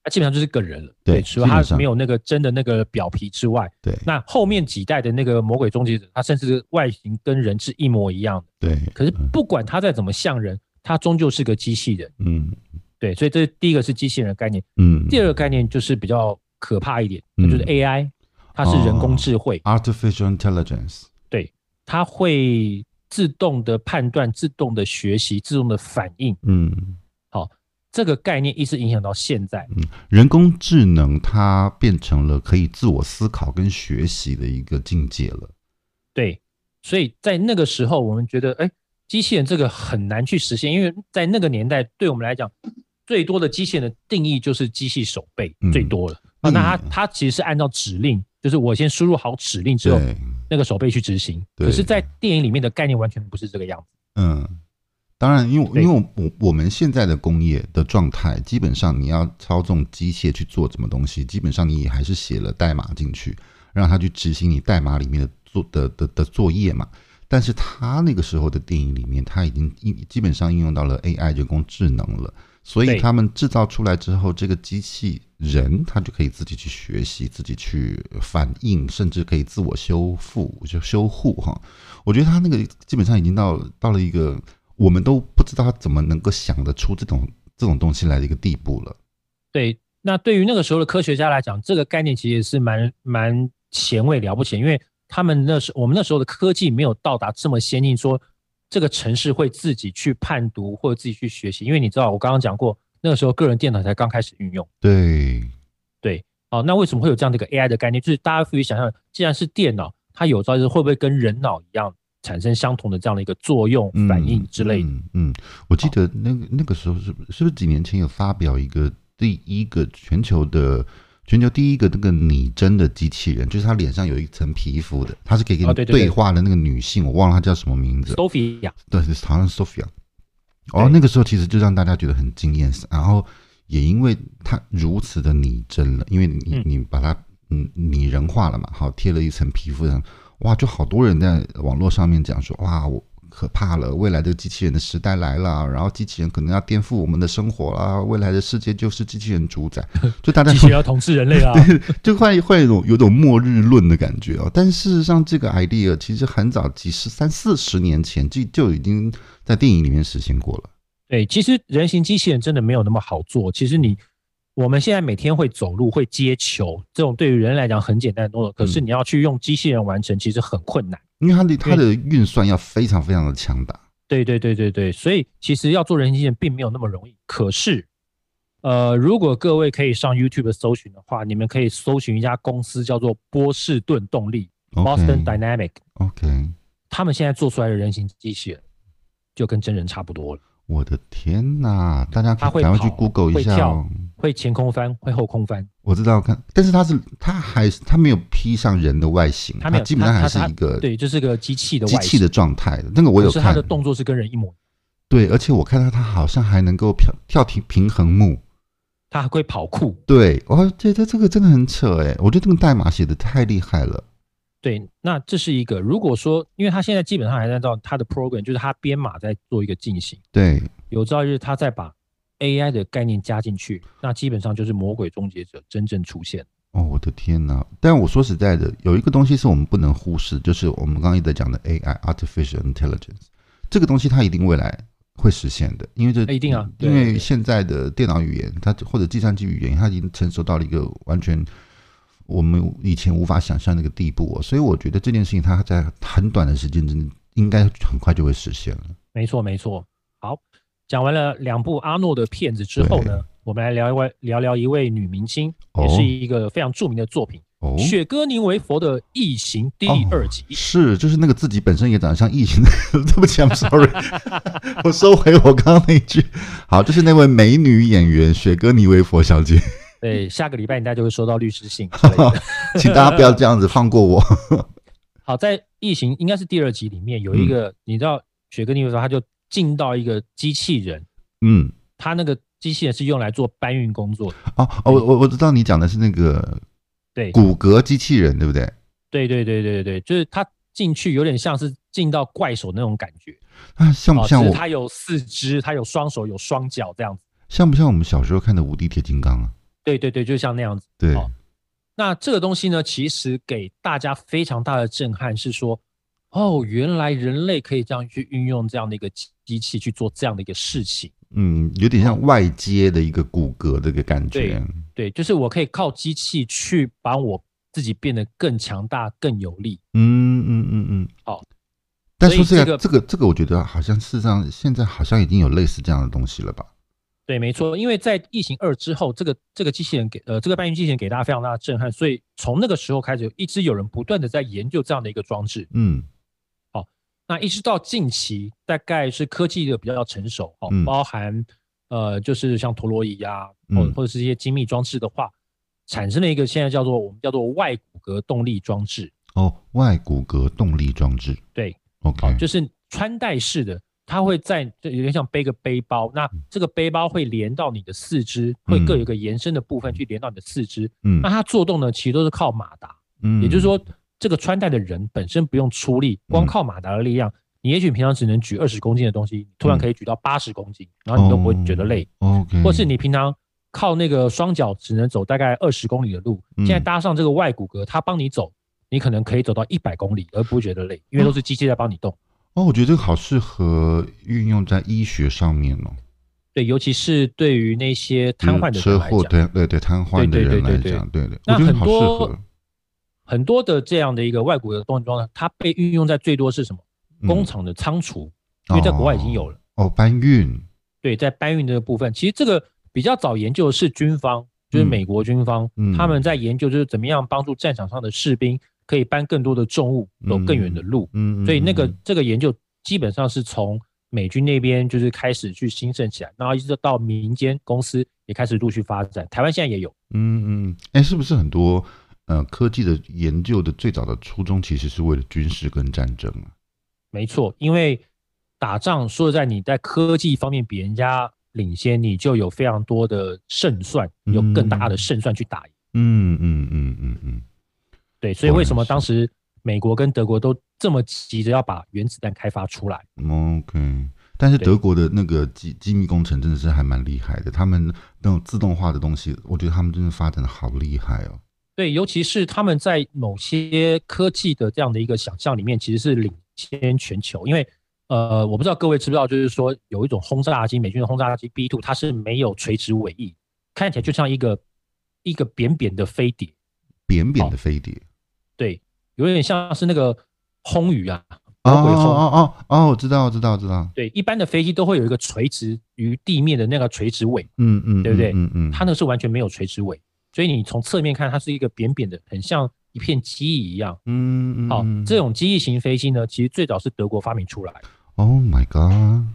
[SPEAKER 1] 它基本上就是个人了，
[SPEAKER 2] 对
[SPEAKER 1] 除了
[SPEAKER 2] 基本
[SPEAKER 1] 它
[SPEAKER 2] 上
[SPEAKER 1] 没有那个真的那个表皮之外，
[SPEAKER 2] 对
[SPEAKER 1] 那后面几代的那个魔鬼终结者，它甚至外形跟人是一模一样的。
[SPEAKER 2] 对，嗯
[SPEAKER 1] 可是不管它再怎么像人，它终究是个机器人。
[SPEAKER 2] 嗯
[SPEAKER 1] 对，所以这是第一个是机器人的概念，
[SPEAKER 2] 嗯，
[SPEAKER 1] 第二个概念就是比较可怕一点，
[SPEAKER 2] 嗯
[SPEAKER 1] 那就是 AI，它是人工智慧，
[SPEAKER 2] artificial intelligence，
[SPEAKER 1] 它会自动的判断、自动的学习、自动的反应。
[SPEAKER 2] 嗯。
[SPEAKER 1] 这个概念一直影响到现在，
[SPEAKER 2] 人工智能它变成了可以自我思考跟学习的一个境界了。
[SPEAKER 1] 对，所以在那个时候，我们觉得，哎，机器人这个很难去实现，因为在那个年代，对我们来讲，最多的机器人的定义就是机器手背、
[SPEAKER 2] 嗯
[SPEAKER 1] 最多了。
[SPEAKER 2] 嗯
[SPEAKER 1] 那它它其实是按照指令，就是我先输入好指令之后，
[SPEAKER 2] 对，
[SPEAKER 1] 那个手背去执行。
[SPEAKER 2] 对
[SPEAKER 1] 可是，在电影里面的概念完全不是这个样子。
[SPEAKER 2] 嗯，当然，因为
[SPEAKER 1] 对
[SPEAKER 2] 因为我我们现在的工业的状态，基本上你要操纵机械去做什么东西，基本上你也还是写了代码进去，让它去执行你代码里面的作的的的作业嘛。但是他那个时候的电影里面，他已经应基本上应用到了 AI 人工智能了，所以
[SPEAKER 1] 对
[SPEAKER 2] 他们制造出来之后，这个机器人他就可以自己去学习、自己去呃反应，甚至可以自我修复、就修护哈。我觉得他那个基本上已经到到了一个我们都不知道他怎么能够想得出这种这种东西来的一个地步了。
[SPEAKER 1] 对，那对于那个时候的科学家来讲，这个概念其实也是蛮蛮前卫了不起，因为他们那时我们那时候的科技没有到达这么先进，说这个城市会自己去判读或者自己去学习，因为你知道我刚刚讲过，那个时候个人电脑才刚开始运用。
[SPEAKER 2] 对，
[SPEAKER 1] 哦，那为什么会有这样的一个 AI 的概念？就是大家赋予想象，既然是电脑，它有朝一日会不会跟人脑一样产生相同的这样的一个作用、反应之类的？
[SPEAKER 2] 嗯嗯，嗯我记得那个那个时候是不是不是几年前有发表一个第一个全球的全球第一个那个拟真的机器人，就是他脸上有一层皮肤的，他是可以跟你
[SPEAKER 1] 哦对对对
[SPEAKER 2] 对话的那个女性，我忘了她叫什么名字
[SPEAKER 1] s。o p h i a
[SPEAKER 2] 对，好像是 Sophia。哦，
[SPEAKER 1] 对
[SPEAKER 2] 那个时候其实就让大家觉得很惊艳，然后也因为它如此的拟真了，因为你、
[SPEAKER 1] 嗯
[SPEAKER 2] 你把它嗯拟人化了嘛，好贴了一层皮肤上，哇，就好多人在网络上面讲说，哇，我可怕了，未来的机器人的时代来了，然后机器人可能要颠覆我们的生活啦，未来的世界就是机器人主宰，就大家
[SPEAKER 1] 机器人要统治人类啊，
[SPEAKER 2] 就会会有一种有种末日论的感觉哦。但事实上，这个 idea 其实很早，几十三四十年前就就已经在电影里面实现过了。
[SPEAKER 1] 对，其实人形机器人真的没有那么好做。其实你我们现在每天会走路、会接球，这种对于人来讲很简单的动作，可是你要去用机器人完成，其实很困难。
[SPEAKER 2] 因为它的它的运算要非常非常的强大，
[SPEAKER 1] 对对对对对，所以其实要做人形机器人并没有那么容易。可是，呃，如果各位可以上 YouTube 搜寻的话，你们可以搜寻一家公司叫做波士顿动力 （Boston
[SPEAKER 2] OK
[SPEAKER 1] Dynamic），
[SPEAKER 2] OK，
[SPEAKER 1] 他们现在做出来的人形机器人就跟真人差不多了，
[SPEAKER 2] 我的天哪！大家
[SPEAKER 1] 它
[SPEAKER 2] 可
[SPEAKER 1] 会
[SPEAKER 2] 以赶快去
[SPEAKER 1] 跑
[SPEAKER 2] Google 一
[SPEAKER 1] 会
[SPEAKER 2] 下、哦
[SPEAKER 1] 跳。会前空翻，会后空翻。
[SPEAKER 2] 我知道看，但是它是它还是它没有披上人的外形，
[SPEAKER 1] 它没有
[SPEAKER 2] 基本上
[SPEAKER 1] 它
[SPEAKER 2] 还
[SPEAKER 1] 它
[SPEAKER 2] 是
[SPEAKER 1] 它
[SPEAKER 2] 一个
[SPEAKER 1] 对，就是个机器的
[SPEAKER 2] 机
[SPEAKER 1] 外
[SPEAKER 2] 器
[SPEAKER 1] 形。
[SPEAKER 2] 的状态。那个我有
[SPEAKER 1] 可是它
[SPEAKER 2] 看
[SPEAKER 1] 的，动作是跟人一模一样，
[SPEAKER 2] 对，而且我看到它好像还能够跳跳平平衡木。
[SPEAKER 1] 它还会跑酷。
[SPEAKER 2] 对，我觉得这个真的很扯哎，我觉得这个代码写的太厉害了。
[SPEAKER 1] 对，那这是一个。如果说，因为它现在基本上还在照它的 program，就是它编码在做一个进行。
[SPEAKER 2] 对，
[SPEAKER 1] 有朝一日，它再把 AI 的概念加进去，那基本上就是魔鬼终结者真正出现。
[SPEAKER 2] 哦，我的天呐！但我说实在的，有一个东西是我们不能忽视，就是我们刚刚一直在讲的 AI（artificial intelligence） 这个东西，它一定未来会实现的，因为这
[SPEAKER 1] 哎一定啊对
[SPEAKER 2] 因
[SPEAKER 1] 对
[SPEAKER 2] 为
[SPEAKER 1] 对
[SPEAKER 2] 现在的电脑语言，它或者计算机语言，它已经成熟到了一个完全我们以前无法想象的一个地步、哦，所以我觉得这件事情它在很短的时间之内，应该很快就会实现了。
[SPEAKER 1] 没错，没错。好，讲完了两部阿诺的片子之后呢，我们来聊一位聊聊一位女明星，也
[SPEAKER 2] 哦
[SPEAKER 1] 是一个非常著名的作品
[SPEAKER 2] 哦
[SPEAKER 1] ——雪歌宁维佛的《异形》第二集。
[SPEAKER 2] 是，就是那个自己本身也长得像异形的，对不起 ，I'm sorry，我收回我刚刚那一句。好，就是那位美女演员雪歌妮维佛小姐， 嗯
[SPEAKER 1] 对，下个礼拜大家就会收到律师信之类的。
[SPEAKER 2] 请大家不要这样子放过 我。
[SPEAKER 1] 好，在《异形》应该是第二集里面有一
[SPEAKER 2] 嗯
[SPEAKER 1] 个，你知道雪哥尼维说他就进到一个机器人，
[SPEAKER 2] 嗯，
[SPEAKER 1] 他那个机器人是用来做搬运工作的。
[SPEAKER 2] 哦哦，我我我知道你讲的是那个
[SPEAKER 1] 对，
[SPEAKER 2] 骨骼机器人，对不对？
[SPEAKER 1] 对对对对对，就是他进去有点像是进到怪手那种感觉，
[SPEAKER 2] 啊，像
[SPEAKER 1] 哦
[SPEAKER 2] 不像
[SPEAKER 1] 只
[SPEAKER 2] 我
[SPEAKER 1] 是他有四肢，他有双手，有双脚这样子。
[SPEAKER 2] 像不像我们小时候看的《无敌铁金刚》啊？
[SPEAKER 1] 对对对，就像那样子。
[SPEAKER 2] 对，
[SPEAKER 1] 哦那这个东西呢，其实给大家非常大的震撼是说，哦，原来人类可以这样去运用这样的一个机机器去做这样的一个事情。
[SPEAKER 2] 嗯，有点像外接的一个骨骼这个感觉
[SPEAKER 1] 对。对，就是我可以靠机器去把我自己变得更强大、更有力。
[SPEAKER 2] 嗯嗯嗯嗯，
[SPEAKER 1] 好。
[SPEAKER 2] 但
[SPEAKER 1] 哦所以
[SPEAKER 2] 说实
[SPEAKER 1] 这
[SPEAKER 2] 在，
[SPEAKER 1] 个
[SPEAKER 2] 这个这个，我觉得好像事实上现在好像已经有类似这样的东西了吧？
[SPEAKER 1] 对，没错，因为在《异形二》之后，这个这个机器人给呃这个搬运机器人给大家非常大的震撼，所以从那个时候开始，一直有人不断的在研究这样的一个装置。
[SPEAKER 2] 嗯
[SPEAKER 1] 那一直到近期，大概是科技的比较成熟哦，
[SPEAKER 2] 嗯
[SPEAKER 1] 包含呃就是像陀螺仪啊，或
[SPEAKER 2] 嗯
[SPEAKER 1] 或者是一些精密装置的话，产生了一个现在叫做我们叫做外骨骼动力装置。
[SPEAKER 2] 哦，外骨骼动力装置
[SPEAKER 1] 对，
[SPEAKER 2] ，OK，
[SPEAKER 1] 好，哦就是穿戴式的，它会在就有点像背个背包，那
[SPEAKER 2] 嗯
[SPEAKER 1] 这个背包会连到你的四肢，会各有一个延伸的部分去连到你的四肢。
[SPEAKER 2] 嗯
[SPEAKER 1] 那它做动呢，其实都是靠马达，
[SPEAKER 2] 嗯，
[SPEAKER 1] 也就是说，这个穿戴的人本身不用出力，光
[SPEAKER 2] 嗯
[SPEAKER 1] 靠马达的力量，你也许平常只能举二十公斤的东西，突然
[SPEAKER 2] 嗯哦
[SPEAKER 1] 可以举到八十公斤，然后你都不会觉得累，
[SPEAKER 2] ，OK，
[SPEAKER 1] 或是你平常。靠那个双脚只能走大概二十公里的路，现在
[SPEAKER 2] 嗯
[SPEAKER 1] 搭上这个外骨骼，它帮你走，你可能可以走到一百公里而不会觉得累，因为都是机器在帮你动。
[SPEAKER 2] 哦，我觉得这个好适合运用在医学上面哦，
[SPEAKER 1] 对，尤其是对于那些
[SPEAKER 2] 比如
[SPEAKER 1] 瘫痪的
[SPEAKER 2] 车
[SPEAKER 1] 人来
[SPEAKER 2] 祸，
[SPEAKER 1] 讲，
[SPEAKER 2] 嗯对对对，瘫痪的
[SPEAKER 1] 对对
[SPEAKER 2] 人
[SPEAKER 1] 对
[SPEAKER 2] 来
[SPEAKER 1] 对
[SPEAKER 2] 讲，对对，我
[SPEAKER 1] 那
[SPEAKER 2] 觉得
[SPEAKER 1] 很
[SPEAKER 2] 好适
[SPEAKER 1] 多
[SPEAKER 2] 合
[SPEAKER 1] 很多的这样的一个外国的动力装呢，它被运用在最多是什么？工，厂的仓储，因为在国外已经有了。
[SPEAKER 2] 嗯哦，搬运，
[SPEAKER 1] 对，在搬运这个部分，其实这个比较早研究的是军方，就是
[SPEAKER 2] 嗯
[SPEAKER 1] 美国军方，
[SPEAKER 2] 嗯
[SPEAKER 1] 他们在研究就是怎么样帮助战场上的士兵可以搬更多的重物，走更远的路。
[SPEAKER 2] 嗯，嗯
[SPEAKER 1] 所以那个
[SPEAKER 2] 嗯
[SPEAKER 1] 这个研究基本上是从美军那边就是开始去兴盛起来，然后一直到民间公司也开始陆续发展，台湾现在也有。
[SPEAKER 2] 嗯嗯，哎，是不是很多呃科技的研究的最早的初衷其实是为了军事跟战争啊？
[SPEAKER 1] 没错，因为打仗说实在，你在科技方面比人家领先，你就有非常多的胜算，有更大的胜算去打赢。
[SPEAKER 2] 嗯嗯嗯嗯嗯，
[SPEAKER 1] 对，所以为什么
[SPEAKER 2] 是
[SPEAKER 1] 当时美国跟德国都这么急着要把原子弹开发出来？
[SPEAKER 2] 嗯 OK，但是
[SPEAKER 1] 对
[SPEAKER 2] 德国的那个机机密工程真的是还蛮厉害的，他们那种自动化的东西，我觉得他们真的发展的好厉害哦。
[SPEAKER 1] 对，尤其是他们在某些科技的这样的一个想象里面，其实是领先全球。因为呃，我不知道各位知不知道，就是说有一种轰炸机，美军的轰炸机 B two，它是没有垂直尾翼，看起来就像一个一个扁扁的飞碟，
[SPEAKER 2] 扁扁
[SPEAKER 1] 好
[SPEAKER 2] 的飞碟，
[SPEAKER 1] 对，有点像是那个轰鱼啊。
[SPEAKER 2] 哦
[SPEAKER 1] 魔鬼
[SPEAKER 2] 哦
[SPEAKER 1] 风
[SPEAKER 2] 哦哦哦，我知道，我知道，我知道，
[SPEAKER 1] 对，一般的飞机都会有一个垂直于地面的那个垂直尾，
[SPEAKER 2] 嗯嗯，
[SPEAKER 1] 对不对
[SPEAKER 2] 嗯嗯，
[SPEAKER 1] 它那个是完全没有垂直尾，所以你从侧面看，它是一个扁扁的，很像一片机翼一样。
[SPEAKER 2] 嗯嗯，
[SPEAKER 1] 好、
[SPEAKER 2] 嗯
[SPEAKER 1] 这种机翼型飞机呢，其实最早是德国发明出来的，
[SPEAKER 2] ，Oh my God，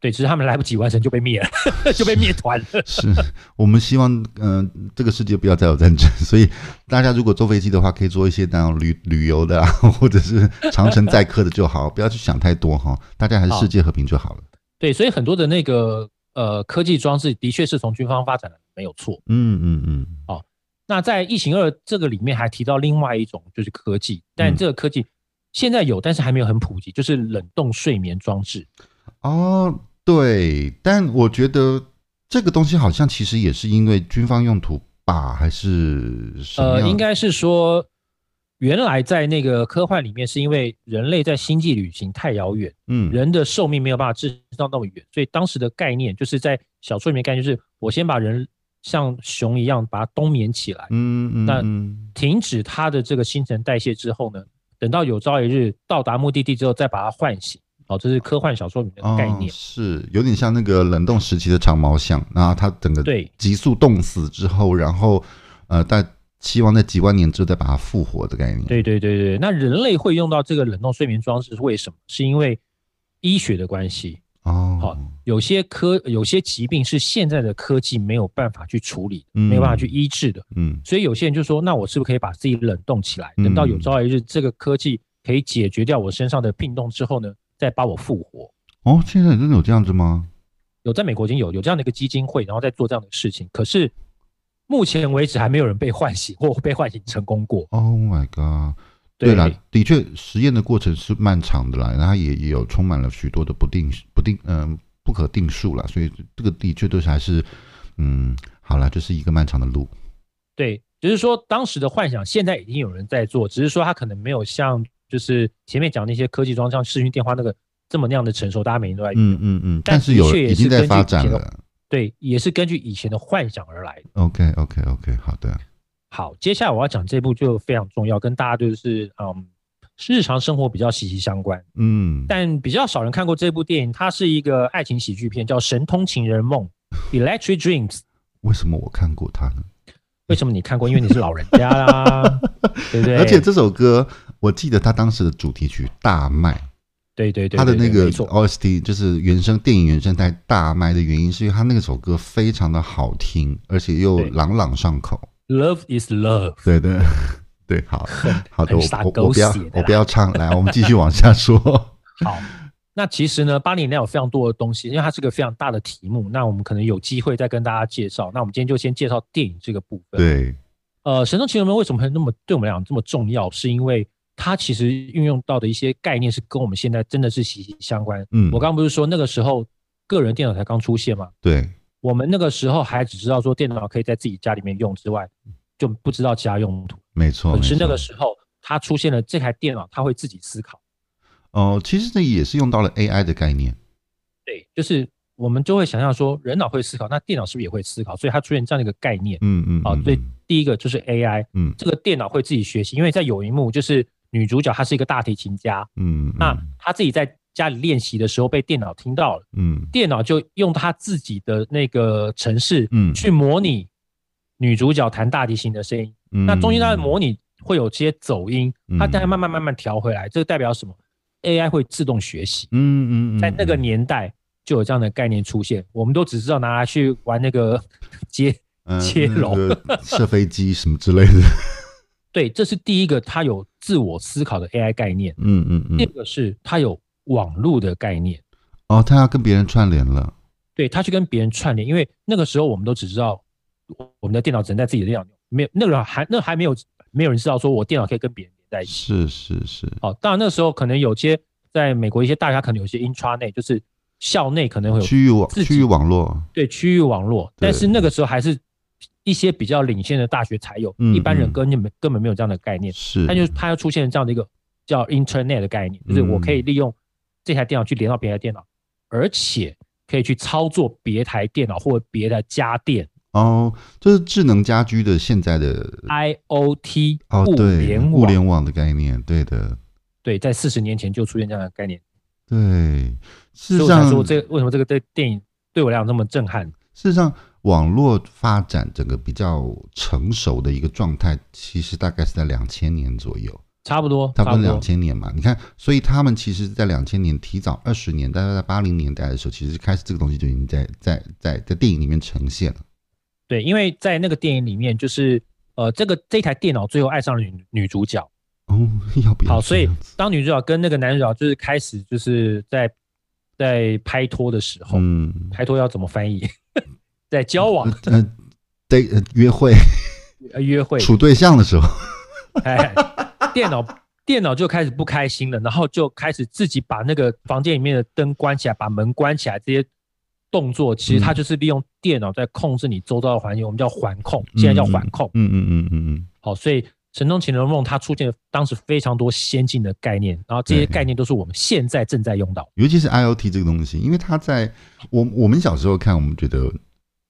[SPEAKER 1] 对，只是他们来不及完成就被灭了， 就被灭团了。
[SPEAKER 2] 是我们希望，嗯、这个世界不要再有战争，所以大家如果坐飞机的话，可以做一些那种旅旅游的、啊，或者是长城载客的就好，不要去想太多哈，大家还是
[SPEAKER 1] 好
[SPEAKER 2] 世界和平就好了。
[SPEAKER 1] 对，所以很多的那个呃科技装置的确是从军方发展的，没有错。
[SPEAKER 2] 嗯嗯嗯，
[SPEAKER 1] 那在《异形二》这个里面还提到另外一种就是科技，但
[SPEAKER 2] 嗯
[SPEAKER 1] 这个科技现在有，但是还没有很普及，就是冷冻睡眠装置。
[SPEAKER 2] 哦，对，但我觉得这个东西好像其实也是因为军方用途吧，还是什么
[SPEAKER 1] 呃，
[SPEAKER 2] 样
[SPEAKER 1] 应该是说，原来在那个科幻里面，是因为人类在星际旅行太遥远，
[SPEAKER 2] 嗯
[SPEAKER 1] 人的寿命没有办法制到那么远，所以当时的概念就是在小说里面概念就是，我先把人像熊一样把它冬眠起来，
[SPEAKER 2] 嗯嗯
[SPEAKER 1] 那
[SPEAKER 2] 嗯
[SPEAKER 1] 停止它的这个新陈代谢之后呢，等到有朝一日到达目的地之后，再把它唤醒。哦，这是科幻小说里面的概念
[SPEAKER 2] 哦、。是有点像那个冷冻时期的长毛象，然后它整个
[SPEAKER 1] 对
[SPEAKER 2] 急速冻死之后，然后呃，在希望在几万年之后再把它复活的概念。
[SPEAKER 1] 对对对对，那人类会用到这个冷冻睡眠装置是为什么？是因为医学的关系。
[SPEAKER 2] 哦，
[SPEAKER 1] 好有些科有些疾病是现在的科技没有办法去处理的，
[SPEAKER 2] 嗯
[SPEAKER 1] 没有办法去医治的，
[SPEAKER 2] 嗯
[SPEAKER 1] 所以有些人就说，那我是不是可以把自己冷冻起来，
[SPEAKER 2] 嗯
[SPEAKER 1] 等到有朝一日这个科技可以解决掉我身上的病痛之后呢，再把我复活？
[SPEAKER 2] 哦，现在真的有这样子吗？
[SPEAKER 1] 有在美国已经有有这样的一个基金会，然后在做这样的事情，可是目前为止还没有人被唤醒 或被唤醒成功过。
[SPEAKER 2] Oh my god！对啦，的确，实验的过程是漫长的啦，然后也也有充满了许多的不定不定嗯、不可定数啦，所以这个的确都是还是嗯好啦，就是一个漫长的路。
[SPEAKER 1] 对，只是说当时的幻想，现在已经有人在做，只是说它可能没有像就是前面讲那些科技装，像视讯电话那个这么那样的成熟，大家每天都在用。
[SPEAKER 2] 嗯嗯嗯，
[SPEAKER 1] 但
[SPEAKER 2] 但是有
[SPEAKER 1] 的确也
[SPEAKER 2] 已经
[SPEAKER 1] 是
[SPEAKER 2] 在
[SPEAKER 1] 根据
[SPEAKER 2] 发
[SPEAKER 1] 以前
[SPEAKER 2] 展
[SPEAKER 1] 的
[SPEAKER 2] 了。
[SPEAKER 1] 对，也是根据以前的幻想而来的。
[SPEAKER 2] OK OK OK，好的，
[SPEAKER 1] 好，接下来我要讲这部就非常重要，跟大家就是嗯日常生活比较息息相关，
[SPEAKER 2] 嗯，
[SPEAKER 1] 但比较少人看过这部电影。它是一个爱情喜剧片，叫《神通情人梦》（Electric Dreams）。
[SPEAKER 2] 为什么我看过它呢？
[SPEAKER 1] 为什么你看过？因为你是老人家 啦，对不对？
[SPEAKER 2] 而且这首歌，我记得它当时的主题曲大卖，
[SPEAKER 1] 对对对对，
[SPEAKER 2] 它的那
[SPEAKER 1] 对
[SPEAKER 2] 个哦
[SPEAKER 1] 没错
[SPEAKER 2] OST 就是原声电影原声带大卖的原因，是因为它那个首歌非常的好听，而且又
[SPEAKER 1] 对
[SPEAKER 2] 朗朗上口。
[SPEAKER 1] Love is love。
[SPEAKER 2] 对对 对， 好好的，
[SPEAKER 1] 很
[SPEAKER 2] 我
[SPEAKER 1] 傻
[SPEAKER 2] 我
[SPEAKER 1] 狗
[SPEAKER 2] 我不要
[SPEAKER 1] 血的啦
[SPEAKER 2] 我不要唱，来，我们继续往下 说。
[SPEAKER 1] 好，那其实呢，八零年代有非常多的东西，因为它是个非常大的题目，那我们可能有机会再跟大家介绍。那我们今天就先介绍电影这个部分。，
[SPEAKER 2] 对，
[SPEAKER 1] 呃，《神偷情人们》为什么会那么对我们俩这么重要？是因为它其实运用到的一些概念是跟我们现在真的是息息相关。
[SPEAKER 2] 嗯，
[SPEAKER 1] 我刚刚不是说那个时候个人电脑才刚出现吗？
[SPEAKER 2] 对，
[SPEAKER 1] 我们那个时候还只知道说电脑可以在自己家里面用之外，就不知道其他用途。
[SPEAKER 2] 没错，
[SPEAKER 1] 可是
[SPEAKER 2] 没
[SPEAKER 1] 那个
[SPEAKER 2] 错
[SPEAKER 1] 时候，它出现了这台电脑，它会自己思考。
[SPEAKER 2] 哦，其实这也是用到了 AI 的概念。
[SPEAKER 1] 对，就是我们就会想象说，人脑会思考，那电脑是不是也会思考？所以它出现这样的一个概念。
[SPEAKER 2] 嗯嗯，
[SPEAKER 1] 好、
[SPEAKER 2] 嗯
[SPEAKER 1] 所以
[SPEAKER 2] 嗯
[SPEAKER 1] 第一个就是 AI，
[SPEAKER 2] 嗯
[SPEAKER 1] 这个电脑会自己学习，因为在有一幕就是女主角她是一个大提琴家，
[SPEAKER 2] 嗯，
[SPEAKER 1] 那
[SPEAKER 2] 嗯
[SPEAKER 1] 她自己在家里练习的时候被电脑听到了，
[SPEAKER 2] 嗯
[SPEAKER 1] 电脑就用她自己的那个程式
[SPEAKER 2] 嗯
[SPEAKER 1] 去模拟女主角弹大提琴的声音，
[SPEAKER 2] 嗯，
[SPEAKER 1] 那中间它的模
[SPEAKER 2] 拟，
[SPEAKER 1] 拟会有些走音，它
[SPEAKER 2] 嗯
[SPEAKER 1] 再慢慢慢慢调回来，这代表什么？AI 会自动学习。
[SPEAKER 2] 嗯嗯嗯，
[SPEAKER 1] 在那个
[SPEAKER 2] 嗯
[SPEAKER 1] 年代就有这样的概念出现，我们都只知道拿来去玩那个 接。
[SPEAKER 2] 嗯
[SPEAKER 1] 切
[SPEAKER 2] 那
[SPEAKER 1] 容
[SPEAKER 2] 个射飞机什么之类的。
[SPEAKER 1] 对，这是第一个，它有自我思考的 AI 概念；
[SPEAKER 2] 嗯嗯
[SPEAKER 1] 第
[SPEAKER 2] 嗯，
[SPEAKER 1] 二个是它有网络的概念，
[SPEAKER 2] 哦，他要跟别人串联了。
[SPEAKER 1] 对，它去跟别人串联。因为那个时候我们都只知道我们的电脑只能在自己的电脑里没有那个还那还没有没有人知道说我电脑可以跟别人连在一起。
[SPEAKER 2] 是是是，
[SPEAKER 1] 哦，当然那时候可能有些在美国一些大家可能有些 intranet，就是校内可能会有
[SPEAKER 2] 区域网
[SPEAKER 1] 自己
[SPEAKER 2] 区域网络，
[SPEAKER 1] 对区域网络，
[SPEAKER 2] 对
[SPEAKER 1] 但是那个时候还是一些比较领先的大学才有，
[SPEAKER 2] 嗯
[SPEAKER 1] 一般人
[SPEAKER 2] 嗯
[SPEAKER 1] 根本根本没有这样的概念。
[SPEAKER 2] 是，
[SPEAKER 1] 它就它要出现这样的一个叫 Internet 的概念，就是
[SPEAKER 2] 嗯
[SPEAKER 1] 我可以利用这台电脑去连到别台电脑，而且可以去操作别台电脑或别的家电
[SPEAKER 2] 哦，这是智能家居的现在的
[SPEAKER 1] IOT
[SPEAKER 2] 哦，
[SPEAKER 1] 物
[SPEAKER 2] 对，
[SPEAKER 1] 联
[SPEAKER 2] 物
[SPEAKER 1] 网。
[SPEAKER 2] 联网的概念，对的，
[SPEAKER 1] 对，在四十年前就出现这样的概念，
[SPEAKER 2] 对。
[SPEAKER 1] 所
[SPEAKER 2] 事
[SPEAKER 1] 以
[SPEAKER 2] 实
[SPEAKER 1] 我才
[SPEAKER 2] 上，
[SPEAKER 1] 说这为什么这个对电影对我来讲那么震撼。
[SPEAKER 2] 事实上，网络发展整个比较成熟的一个状态，其实大概是在两千年左右，
[SPEAKER 1] 差不多，
[SPEAKER 2] 差不多
[SPEAKER 1] 多
[SPEAKER 2] 两，千年嘛。你看，所以他们其实，在两千年提早二十年，大概在八零年代的时候，其实开始这个东西就已经在在在在电影里面呈现了。
[SPEAKER 1] 对，因为在那个电影里面，就是呃，这个这台电脑最后爱上了女女主角，
[SPEAKER 2] 哦，要不要这样子？
[SPEAKER 1] 好，所以当女主角跟那个男主角就是开始就是在在拍拖的时候，
[SPEAKER 2] 嗯，
[SPEAKER 1] 拍拖要怎么翻译？在交往、
[SPEAKER 2] 呃，得呃约会
[SPEAKER 1] 呃约会，
[SPEAKER 2] 处对象的时候，
[SPEAKER 1] 哎，电脑电脑就开始不开心了，然后就开始自己把那个房间里面的灯关起来，把门关起来，这些动作其
[SPEAKER 2] 嗯
[SPEAKER 1] 实它就是利用电脑在控制你周遭的环境，我们叫环控，现在叫环控。
[SPEAKER 2] 嗯嗯嗯嗯嗯，
[SPEAKER 1] 好，所以《神偷情人梦》它出现了当时非常多先进的概念，然后这些
[SPEAKER 2] 对
[SPEAKER 1] 概念都是我们现在正在用到。
[SPEAKER 2] 尤其是 IOT 这个东西，因为它在我我们小时候看，我们觉得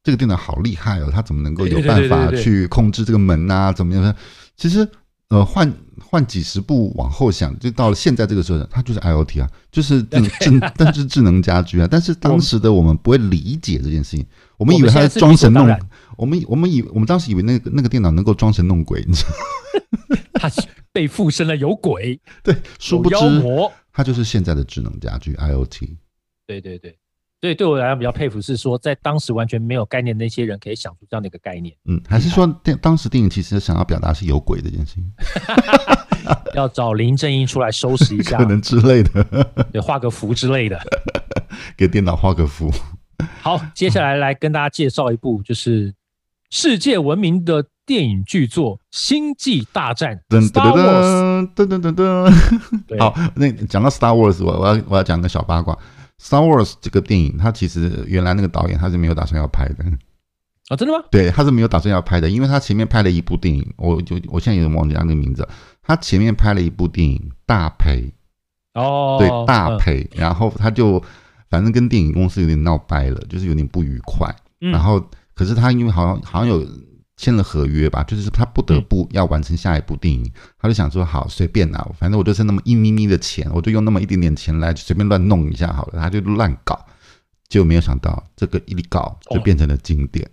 [SPEAKER 2] 这个电脑好厉害哦，它怎么能够有
[SPEAKER 1] 对对
[SPEAKER 2] 办
[SPEAKER 1] 对
[SPEAKER 2] 法
[SPEAKER 1] 对对
[SPEAKER 2] 去控制这个门啊，怎么样的？其实呃，换换几十步往后想，就到了现在这个时候，它就是 IOT 啊，就是智 智，但是智能家居啊。但是当时的我们不会理解这件事情，我们以为它
[SPEAKER 1] 现在
[SPEAKER 2] 在
[SPEAKER 1] 是
[SPEAKER 2] 装
[SPEAKER 1] 理所
[SPEAKER 2] 神
[SPEAKER 1] 当
[SPEAKER 2] 弄
[SPEAKER 1] 然，
[SPEAKER 2] 我们以我们以我们当时以为那个那个电脑能够装神弄鬼，你知道吗？
[SPEAKER 1] 它是被附身了，有鬼，
[SPEAKER 2] 对，殊
[SPEAKER 1] 有
[SPEAKER 2] 不知
[SPEAKER 1] 妖魔。
[SPEAKER 2] 它就是现在的智能家居 IOT。
[SPEAKER 1] 对对对，所以对我来讲比较佩服是说，在当时完全没有概念的那些人，可以想出这样的一个概念，
[SPEAKER 2] 嗯，还是说电当时电影其实想要表达是有鬼这件事情，
[SPEAKER 1] 要找林正英出来收拾一下
[SPEAKER 2] 可，能之类的，
[SPEAKER 1] 对，画个符之类的。
[SPEAKER 2] 给电脑画个符。
[SPEAKER 1] 好，接下来来跟大家介绍一部就是世界闻名的电影巨作《星际大战》
[SPEAKER 2] 噔
[SPEAKER 1] （Star Wars）。
[SPEAKER 2] 噔噔噔噔噔。
[SPEAKER 1] 对，
[SPEAKER 2] 好，那讲到 Star Wars，我我要我要讲个小八卦。Star Wars 这个电影，它其实原来那个导演他是没有打算要拍的，
[SPEAKER 1] 啊，真的吗？
[SPEAKER 2] 对，他是没有打算要拍的，因为他前面拍了一部电影，我就我现在有点忘记他那个名字了，他前面拍了一部电影《大赔》，
[SPEAKER 1] 哦，
[SPEAKER 2] 对，大
[SPEAKER 1] 嗯
[SPEAKER 2] 赔，然后他就反正跟电影公司有点闹掰了，就是有点不愉快。
[SPEAKER 1] 嗯
[SPEAKER 2] 然后可是他因为好像好像有签了合约吧，就是他不得不要完成下一部电影，他就想说好随便啦、反正我就是那么一咪咪的钱，我就用那么一点点钱来随便乱弄一下好了，他就乱搞，结果没有想到这个一搞就变成了经典，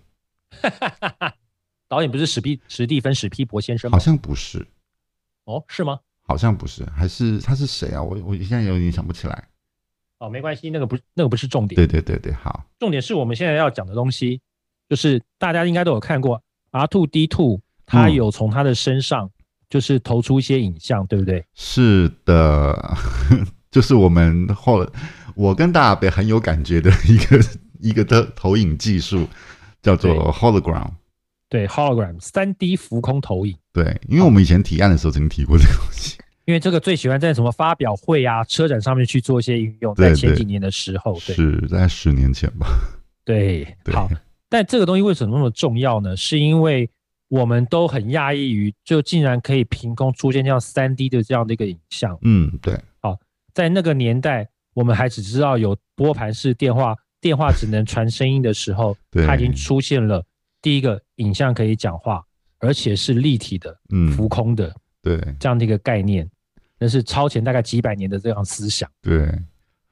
[SPEAKER 1] 导演不是史蒂史蒂芬史皮伯先生
[SPEAKER 2] 好
[SPEAKER 1] 吗？
[SPEAKER 2] 像不是，
[SPEAKER 1] 哦，是吗？
[SPEAKER 2] 好像不是，还是他是谁啊？我我现在有点想不起来。
[SPEAKER 1] 哦，没关系，那个不是那个不是重点。
[SPEAKER 2] 对对对对，好，
[SPEAKER 1] 重点是我们现在要讲的东西，就是大家应该都有看过 R two D two，它
[SPEAKER 2] 嗯
[SPEAKER 1] 有从它的身上就是投出一些影像，对不对？
[SPEAKER 2] 是的， 就是我们后来我跟大北很有感觉的一个 一个的投影技术，叫
[SPEAKER 1] 对
[SPEAKER 2] 做 hologram。
[SPEAKER 1] 对，hologram 三 D 浮空投影。
[SPEAKER 2] 对，因为我们以前提案的时候曾经提过这个东西。
[SPEAKER 1] 因为这个最喜欢在什么发表会啊、车展上面去做一些应用，
[SPEAKER 2] 对
[SPEAKER 1] 在前
[SPEAKER 2] 对
[SPEAKER 1] 几年的时候，哦对
[SPEAKER 2] 是在十年前吧？
[SPEAKER 1] 对
[SPEAKER 2] 对
[SPEAKER 1] 好。但这个东西为什么那么重要呢？是因为我们都很讶异于，就竟然可以凭空出现这样三 D 的这样的一个影像。
[SPEAKER 2] 嗯，对，，
[SPEAKER 1] 在那个年代，我们还只知道有拨盘式电话，电话只能传声音的时候
[SPEAKER 2] 对
[SPEAKER 1] 它已经出现了第一个影像可以讲话，而且是立体的、浮
[SPEAKER 2] 嗯，
[SPEAKER 1] 空的
[SPEAKER 2] 对
[SPEAKER 1] 这样的一个概念，那是超前大概几百年的这样思想。
[SPEAKER 2] 对。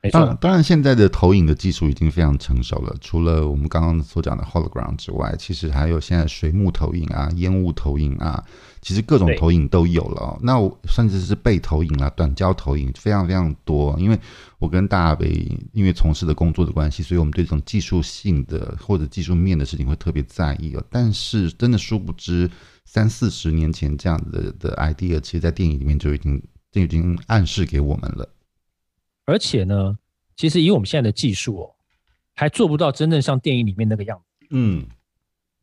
[SPEAKER 1] 没
[SPEAKER 2] 当然，
[SPEAKER 1] 错，
[SPEAKER 2] 当然，现在的投影的技术已经非常成熟了。除了我们刚刚所讲的 hologram 之外，其实还有现在水幕投影啊、烟雾投影啊，其实各种
[SPEAKER 1] 对
[SPEAKER 2] 投影都有了、哦。那我甚至是背投影啦、短焦投影，非常非常多。因为我跟大北因为从事的工作的关系，所以我们对这种技术性的或者技术面的事情会特别在意哦。但是真的殊不知，三四十年前这样子的的 idea，其实在电影里面就已经就已经暗示给我们了。
[SPEAKER 1] 而且呢，其实以我们现在的技术哦，还做不到真正像电影里面那个样子。
[SPEAKER 2] 嗯，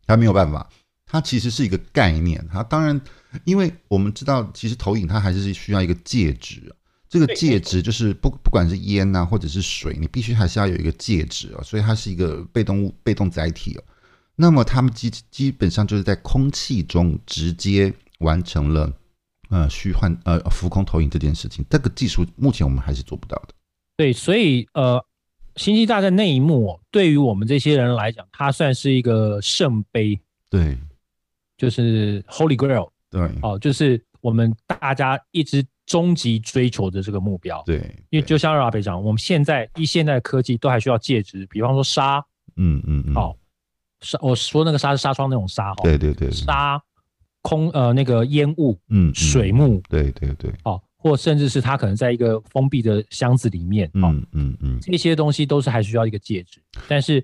[SPEAKER 2] 他没有办法，它其实是一个概念。它当然，因为我们知道，其实投影它还是需要一个介质啊。这个
[SPEAKER 1] 对
[SPEAKER 2] 介质就是不不管是烟啊呐、或者是水，你必须还是要有一个介质啊，所以它是一个被动物被动载体哦。那么它们基基本上就是在空气中直接完成了呃虚幻呃浮空投影这件事情，这个技术目前我们还是做不到的。
[SPEAKER 1] 对，所以呃，《星际大战》那一幕、哦对于我们这些人来讲，它算是一个圣杯，
[SPEAKER 2] 对
[SPEAKER 1] 就是 Holy Grail
[SPEAKER 2] 对
[SPEAKER 1] 哦、就是我们大家一直终极追求的这个目标。
[SPEAKER 2] 对，
[SPEAKER 1] 因为就像阿北讲，我们现在依现在的科技都还需要介质，比方说纱，
[SPEAKER 2] 嗯嗯嗯，
[SPEAKER 1] 哦，纱，我说那个纱是纱窗那种纱哈，
[SPEAKER 2] 对对对，对
[SPEAKER 1] 纱、空呃那个烟雾、
[SPEAKER 2] 嗯嗯
[SPEAKER 1] 啊水幕
[SPEAKER 2] 对对对，
[SPEAKER 1] 哦，或甚至是它可能在一个封闭的箱子里面哦，
[SPEAKER 2] 嗯嗯嗯，
[SPEAKER 1] 这些东西都是还需要一个介质，但是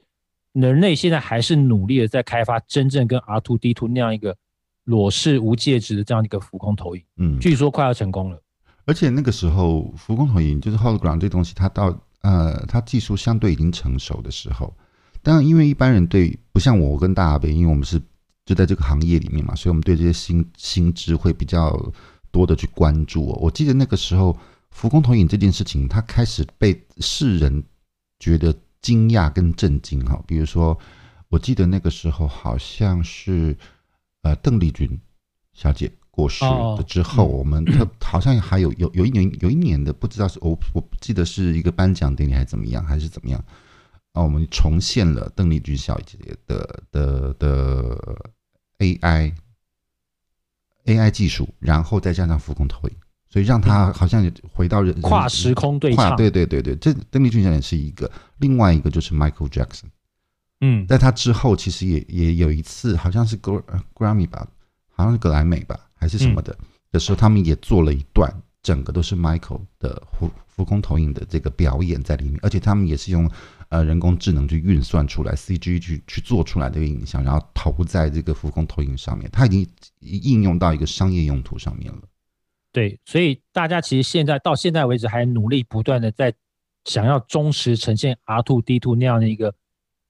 [SPEAKER 1] 人类现在还是努力的在开发真正跟 R two D two 那样一个裸视无介质的这样一个浮空投影，
[SPEAKER 2] 嗯，
[SPEAKER 1] 据说快要成功了。
[SPEAKER 2] 而且那个时候浮空投影就是 hologram 这东西，它到呃，它技术相对已经成熟的时候，当然因为一般人对不像我，我跟大阿北，因为我们是就在这个行业里面嘛，所以我们对这些新新知会比较多的去关注、哦。我记得那个时候浮空投影这件事情，它开始被世人觉得惊讶跟震惊哈、比如说，我记得那个时候好像是呃邓丽君小姐过世
[SPEAKER 1] 哦
[SPEAKER 2] 之后，我们特好像还有有有一年有一年的不知道是我我不记得是一个颁奖典礼还是怎么样还是怎么样啊，我们重现了邓丽君小姐的的的 AI AI 技术，然后再加上浮空投影，所以让她好像回到人
[SPEAKER 1] 跨时空对
[SPEAKER 2] 嗯跨
[SPEAKER 1] 唱，
[SPEAKER 2] 对对对对，这邓丽君小姐是一个，另外一个就是 Michael Jackson。
[SPEAKER 1] 嗯，
[SPEAKER 2] 在他之后，其实也也有一次，好像是格呃 Grammy 吧，好像是格莱美吧，还是什么的、的时候，他们也做了一段，整个都是 Michael 的浮浮空投影的这个表演在里面，而且他们也是用呃人工智能去运算出来 CG 去去做出来这个影像，然后投在这个浮空投影上面，它已经应用到一个商业用途上面了。
[SPEAKER 1] 对，所以大家其实现在到现在为止还努力不断的在想要忠实呈现 R two D two 那样的一个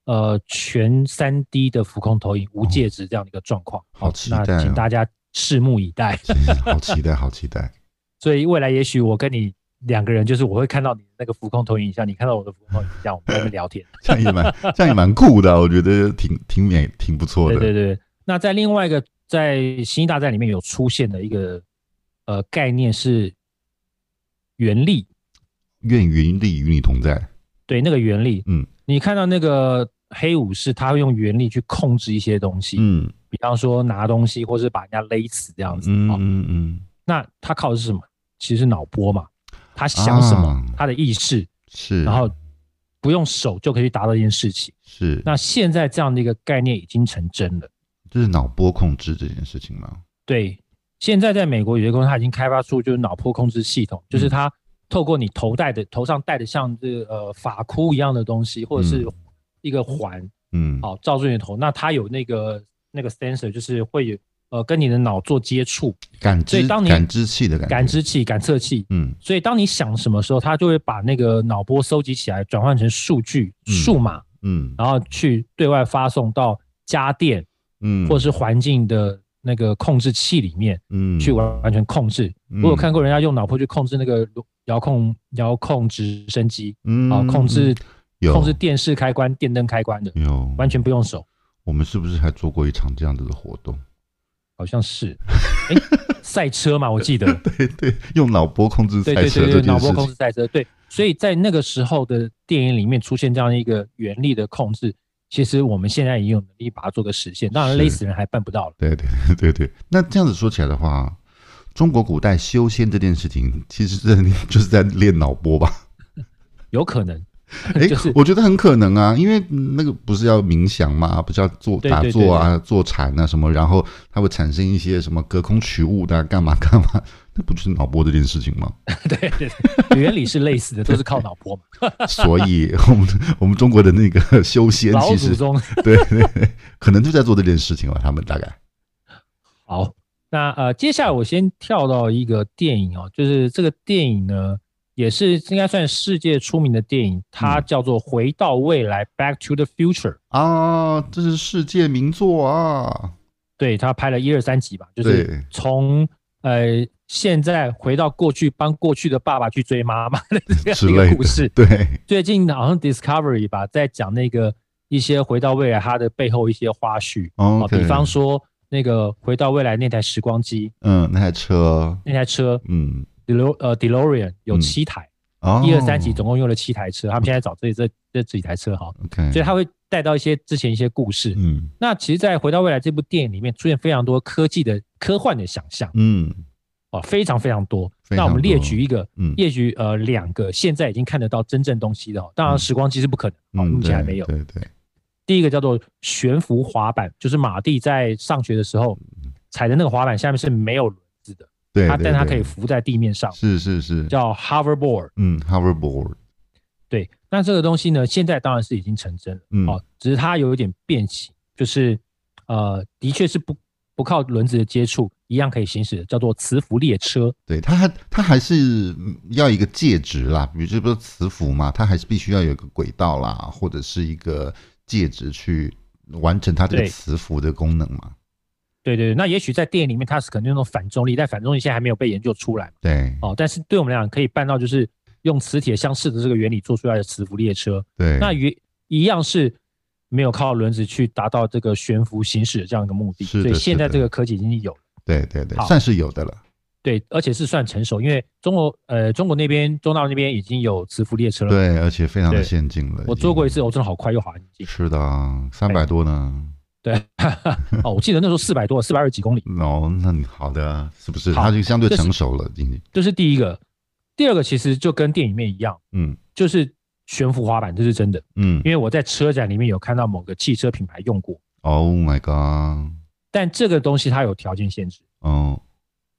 [SPEAKER 1] 呃全三 D 的浮空投影无介质这样的一个状况。
[SPEAKER 2] 好期待
[SPEAKER 1] 那请
[SPEAKER 2] 哦
[SPEAKER 1] 大家拭目以待。
[SPEAKER 2] 好期待，好期待！
[SPEAKER 1] 所以未来也许我跟你两个人，就是我会看到你那个浮空投影影像，你看到我的浮空投影影像，我们在那边聊天。
[SPEAKER 2] 这样也蛮这样也蛮酷的啊，我觉得挺挺美 挺不错
[SPEAKER 1] 对
[SPEAKER 2] 的。
[SPEAKER 1] 对对。那在另外一个在《星际大战》里面有出现的一个呃概念是原力，
[SPEAKER 2] 愿云力与你同在。
[SPEAKER 1] 对那个原力，
[SPEAKER 2] 嗯，
[SPEAKER 1] 你看到那个黑武士，他会用原力去控制一些东西，
[SPEAKER 2] 嗯
[SPEAKER 1] 比方说拿东西，或是把人家勒死这样子。
[SPEAKER 2] 嗯
[SPEAKER 1] 哦，
[SPEAKER 2] 嗯嗯。
[SPEAKER 1] 那他靠的是什么？其实是脑波嘛，他想什么，
[SPEAKER 2] 啊
[SPEAKER 1] 他的意识，
[SPEAKER 2] 是，
[SPEAKER 1] 然后不用手就可以去达到一件事情。
[SPEAKER 2] 是，
[SPEAKER 1] 那现在这样的一个概念已经成真了。
[SPEAKER 2] 就是脑波控制这件事情嘛。
[SPEAKER 1] 对，现在在美国有些公司它已经开发出就是脑波控制系统，
[SPEAKER 2] 嗯
[SPEAKER 1] 就是它透过你头戴的头上戴的像这个呃发箍一样的东西，或者是
[SPEAKER 2] 嗯
[SPEAKER 1] 一个环，
[SPEAKER 2] 嗯，
[SPEAKER 1] 好罩住你的头，那它有那个那个 sensor，就是会有呃跟你的脑做接触，
[SPEAKER 2] 感
[SPEAKER 1] 所
[SPEAKER 2] 知
[SPEAKER 1] 以当你
[SPEAKER 2] 感知器的感觉
[SPEAKER 1] 感，知器、感测器。
[SPEAKER 2] 嗯
[SPEAKER 1] 所以当你想什么时候，它就会把那个脑波收集起来，转换成数据、
[SPEAKER 2] 嗯
[SPEAKER 1] 数码，
[SPEAKER 2] 嗯
[SPEAKER 1] 然后去对外发送到家电
[SPEAKER 2] 嗯，
[SPEAKER 1] 或者是环境的那个控制器里面
[SPEAKER 2] 嗯
[SPEAKER 1] 去完完全控制。我有看过人家用脑波去控制那个遥控遥控直升机，
[SPEAKER 2] 嗯
[SPEAKER 1] 啊，控制
[SPEAKER 2] 有
[SPEAKER 1] 控制电视开关、电灯开关的，
[SPEAKER 2] 有
[SPEAKER 1] 完全不用手。
[SPEAKER 2] 我们是不是还做过一场这样子的活动？
[SPEAKER 1] 好像是， 哎，赛车嘛，我记 得，
[SPEAKER 2] 对对，用脑波控制
[SPEAKER 1] 对
[SPEAKER 2] 赛
[SPEAKER 1] 对
[SPEAKER 2] 车
[SPEAKER 1] 对
[SPEAKER 2] 这
[SPEAKER 1] 对，脑
[SPEAKER 2] 件
[SPEAKER 1] 波
[SPEAKER 2] 事
[SPEAKER 1] 控制
[SPEAKER 2] 情，
[SPEAKER 1] 赛车，对，所以在那个时候的电影里面出现这样一个原力的控制，其实我们现在已经有能力把它做个实现，当然
[SPEAKER 2] 是
[SPEAKER 1] 勒死人还办不到了。
[SPEAKER 2] 对对对对对。那这样子说起来的话，中国古代修仙这件事情，其实真的就是在 练脑波吧？
[SPEAKER 1] 有可 能，
[SPEAKER 2] 哎
[SPEAKER 1] 就是，
[SPEAKER 2] 我觉得很可能啊，因为嗯那个不是要冥想嘛，不是要做
[SPEAKER 1] 对
[SPEAKER 2] 打
[SPEAKER 1] 对
[SPEAKER 2] 坐啊、坐禅啊什么，然后它会产生一些什么隔空取物的啊、 干嘛干嘛，那不就是脑波这件事情 吗？
[SPEAKER 1] 对对对，原理是类似的，都是靠脑 波嘛。
[SPEAKER 2] 所以我们我们中国的那个修仙，
[SPEAKER 1] 老
[SPEAKER 2] 其
[SPEAKER 1] 祖
[SPEAKER 2] 实
[SPEAKER 1] 宗
[SPEAKER 2] 对 对对，可能就在做这件事情吧，他们大概
[SPEAKER 1] 好，那呃，接下来我先跳到一个电影哦，就是这个电影呢，也是应该算世界出名的电影，它
[SPEAKER 2] 嗯
[SPEAKER 1] 叫做《回到未来》（Back to the Future）。
[SPEAKER 2] 啊，这是世界名作啊，
[SPEAKER 1] 对他拍了一二三集吧，就是
[SPEAKER 2] 对
[SPEAKER 1] 从呃现在回到过去，帮过去的爸爸去追妈妈的这
[SPEAKER 2] 之
[SPEAKER 1] 样一
[SPEAKER 2] 类
[SPEAKER 1] 个
[SPEAKER 2] 的
[SPEAKER 1] 故事。
[SPEAKER 2] 对，
[SPEAKER 1] 最近好像 Discovery 吧，在讲那个一些回到未来它的背后一些花絮啊、
[SPEAKER 2] 哦，
[SPEAKER 1] 比方，说那个回到未来那台时光机
[SPEAKER 2] 嗯，那台车，
[SPEAKER 1] 那台车
[SPEAKER 2] 嗯，
[SPEAKER 1] Delo 呃 DeLorean 有
[SPEAKER 2] 嗯
[SPEAKER 1] 七台，
[SPEAKER 2] 哦，
[SPEAKER 1] 一二三集总共用了七台车，他们现在找这这这几台车哈，
[SPEAKER 2] ，OK，
[SPEAKER 1] 所以他会带到一些之前一些故事。
[SPEAKER 2] 嗯
[SPEAKER 1] 那其实，在《回到未来》这部电影里面出现非常多科技的科幻的想象
[SPEAKER 2] 嗯
[SPEAKER 1] 哦，非常非常多。
[SPEAKER 2] 非
[SPEAKER 1] 那
[SPEAKER 2] 常
[SPEAKER 1] 我们列
[SPEAKER 2] 多
[SPEAKER 1] 举一个，
[SPEAKER 2] 嗯，
[SPEAKER 1] 列举呃两个现在已经看得到真正东西的哦，当然
[SPEAKER 2] 嗯
[SPEAKER 1] 时光机是不可能，哦，
[SPEAKER 2] 嗯
[SPEAKER 1] 目前还
[SPEAKER 2] 对
[SPEAKER 1] 没有。
[SPEAKER 2] 对对，
[SPEAKER 1] 第一个叫做悬浮滑板，就是马蒂在上学的时候踩的那个滑板，下面是没有轮子的，
[SPEAKER 2] 嗯对，
[SPEAKER 1] 它
[SPEAKER 2] 对
[SPEAKER 1] 但它
[SPEAKER 2] 对
[SPEAKER 1] 可以浮在地面上，
[SPEAKER 2] 是是是，
[SPEAKER 1] 叫 hoverboard。
[SPEAKER 2] 嗯，hoverboard，
[SPEAKER 1] 对，那这个东西呢，现在当然是已经成真了，
[SPEAKER 2] 嗯
[SPEAKER 1] 哦，只是它有一点变形，就是呃，的确是不不靠轮子的接触，一样可以行驶的，叫做磁浮列车。
[SPEAKER 2] 对，它还它还是嗯要一个介质啦，比如这不是磁浮嘛，它还是必须要有一个轨道啦，或者是一个介质去完成它这个
[SPEAKER 1] 对
[SPEAKER 2] 磁浮的功能嘛。
[SPEAKER 1] 对对对，那也许在电影里面它是可能用那种反重力，但反重力现在还没有被研究出来嘛
[SPEAKER 2] 对，
[SPEAKER 1] 哦，但是对我们来讲可以办到，就是用磁铁相似的这个原理做出来的磁浮列车，
[SPEAKER 2] 对，
[SPEAKER 1] 那原一样是没有靠轮子去达到这个悬浮行驶的这样一个目的，
[SPEAKER 2] 是的
[SPEAKER 1] 所以现在
[SPEAKER 2] 是的
[SPEAKER 1] 这个科技已经有了，
[SPEAKER 2] 对对对，
[SPEAKER 1] 好
[SPEAKER 2] 算是有的了。
[SPEAKER 1] 对，而且是算成熟，因为中国呃中国那边中大陆那边已经有磁浮列车了。
[SPEAKER 2] 对，而且非常的
[SPEAKER 1] 对
[SPEAKER 2] 先进了。
[SPEAKER 1] 我
[SPEAKER 2] 已
[SPEAKER 1] 坐过一
[SPEAKER 2] 经
[SPEAKER 1] 次，我哦哎真的好快又好安静。
[SPEAKER 2] 是的啊，三百多呢。
[SPEAKER 1] 对，哦，我记得那时候四百多，四百二十几公里，
[SPEAKER 2] 哦，那你好的，是不是？
[SPEAKER 1] 好
[SPEAKER 2] 它就相对
[SPEAKER 1] 这是
[SPEAKER 2] 成熟了，已经。
[SPEAKER 1] 这是第一个。第二个其实就跟电影里面一样，
[SPEAKER 2] 嗯
[SPEAKER 1] 就是悬浮滑板，这是真的，
[SPEAKER 2] 嗯
[SPEAKER 1] 因为我在车展里面有看到某个汽车品牌用过，
[SPEAKER 2] ，Oh my god，
[SPEAKER 1] 但这个东西它有条件限制，
[SPEAKER 2] 哦，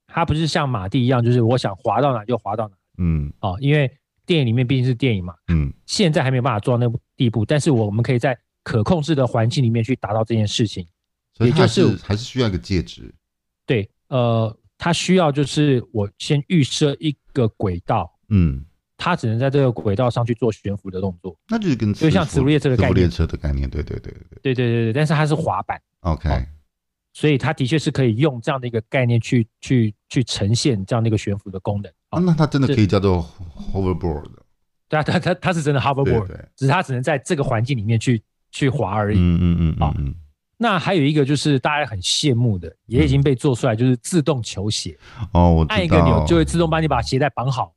[SPEAKER 1] 它不是像马蒂一样，就是我想滑到哪就滑到哪。
[SPEAKER 2] 嗯
[SPEAKER 1] 哦，因为电影里面毕竟是电影嘛，
[SPEAKER 2] 嗯，
[SPEAKER 1] 现在还没有办法做到那步地步，但是我们可以在可控制的环境里面去达到这件事情。
[SPEAKER 2] 所以
[SPEAKER 1] 也
[SPEAKER 2] 它还
[SPEAKER 1] 就是
[SPEAKER 2] 是还是需要一个介质。
[SPEAKER 1] 对，呃，它需要就是我先预设一个轨道，
[SPEAKER 2] 嗯，
[SPEAKER 1] 它只能在这个轨道上去做悬浮的动作。
[SPEAKER 2] 那就是跟
[SPEAKER 1] 就像磁浮列车的
[SPEAKER 2] 磁浮
[SPEAKER 1] 概
[SPEAKER 2] 列
[SPEAKER 1] 念
[SPEAKER 2] 车的概念，对对对对对。
[SPEAKER 1] 对对对对，但是它是滑板，
[SPEAKER 2] OK，、
[SPEAKER 1] 好所以它的确是可以用这样的一个概念去去去呈现这样的一个悬浮的功能。
[SPEAKER 2] 啊
[SPEAKER 1] 哦，
[SPEAKER 2] 那它真的
[SPEAKER 1] 这
[SPEAKER 2] 可以叫做 hoverboard，
[SPEAKER 1] 对啊，它它它是真的
[SPEAKER 2] 对
[SPEAKER 1] hoverboard，
[SPEAKER 2] 对，
[SPEAKER 1] 只是它只能在这个环境里面去去滑而已。
[SPEAKER 2] 嗯嗯嗯
[SPEAKER 1] 好
[SPEAKER 2] 嗯嗯，
[SPEAKER 1] 那还有一个就是大家很羡慕的，也已经被做出来，就是自动球鞋，
[SPEAKER 2] 哦，嗯我知道
[SPEAKER 1] 按一个钮就会自动帮你把鞋带绑好，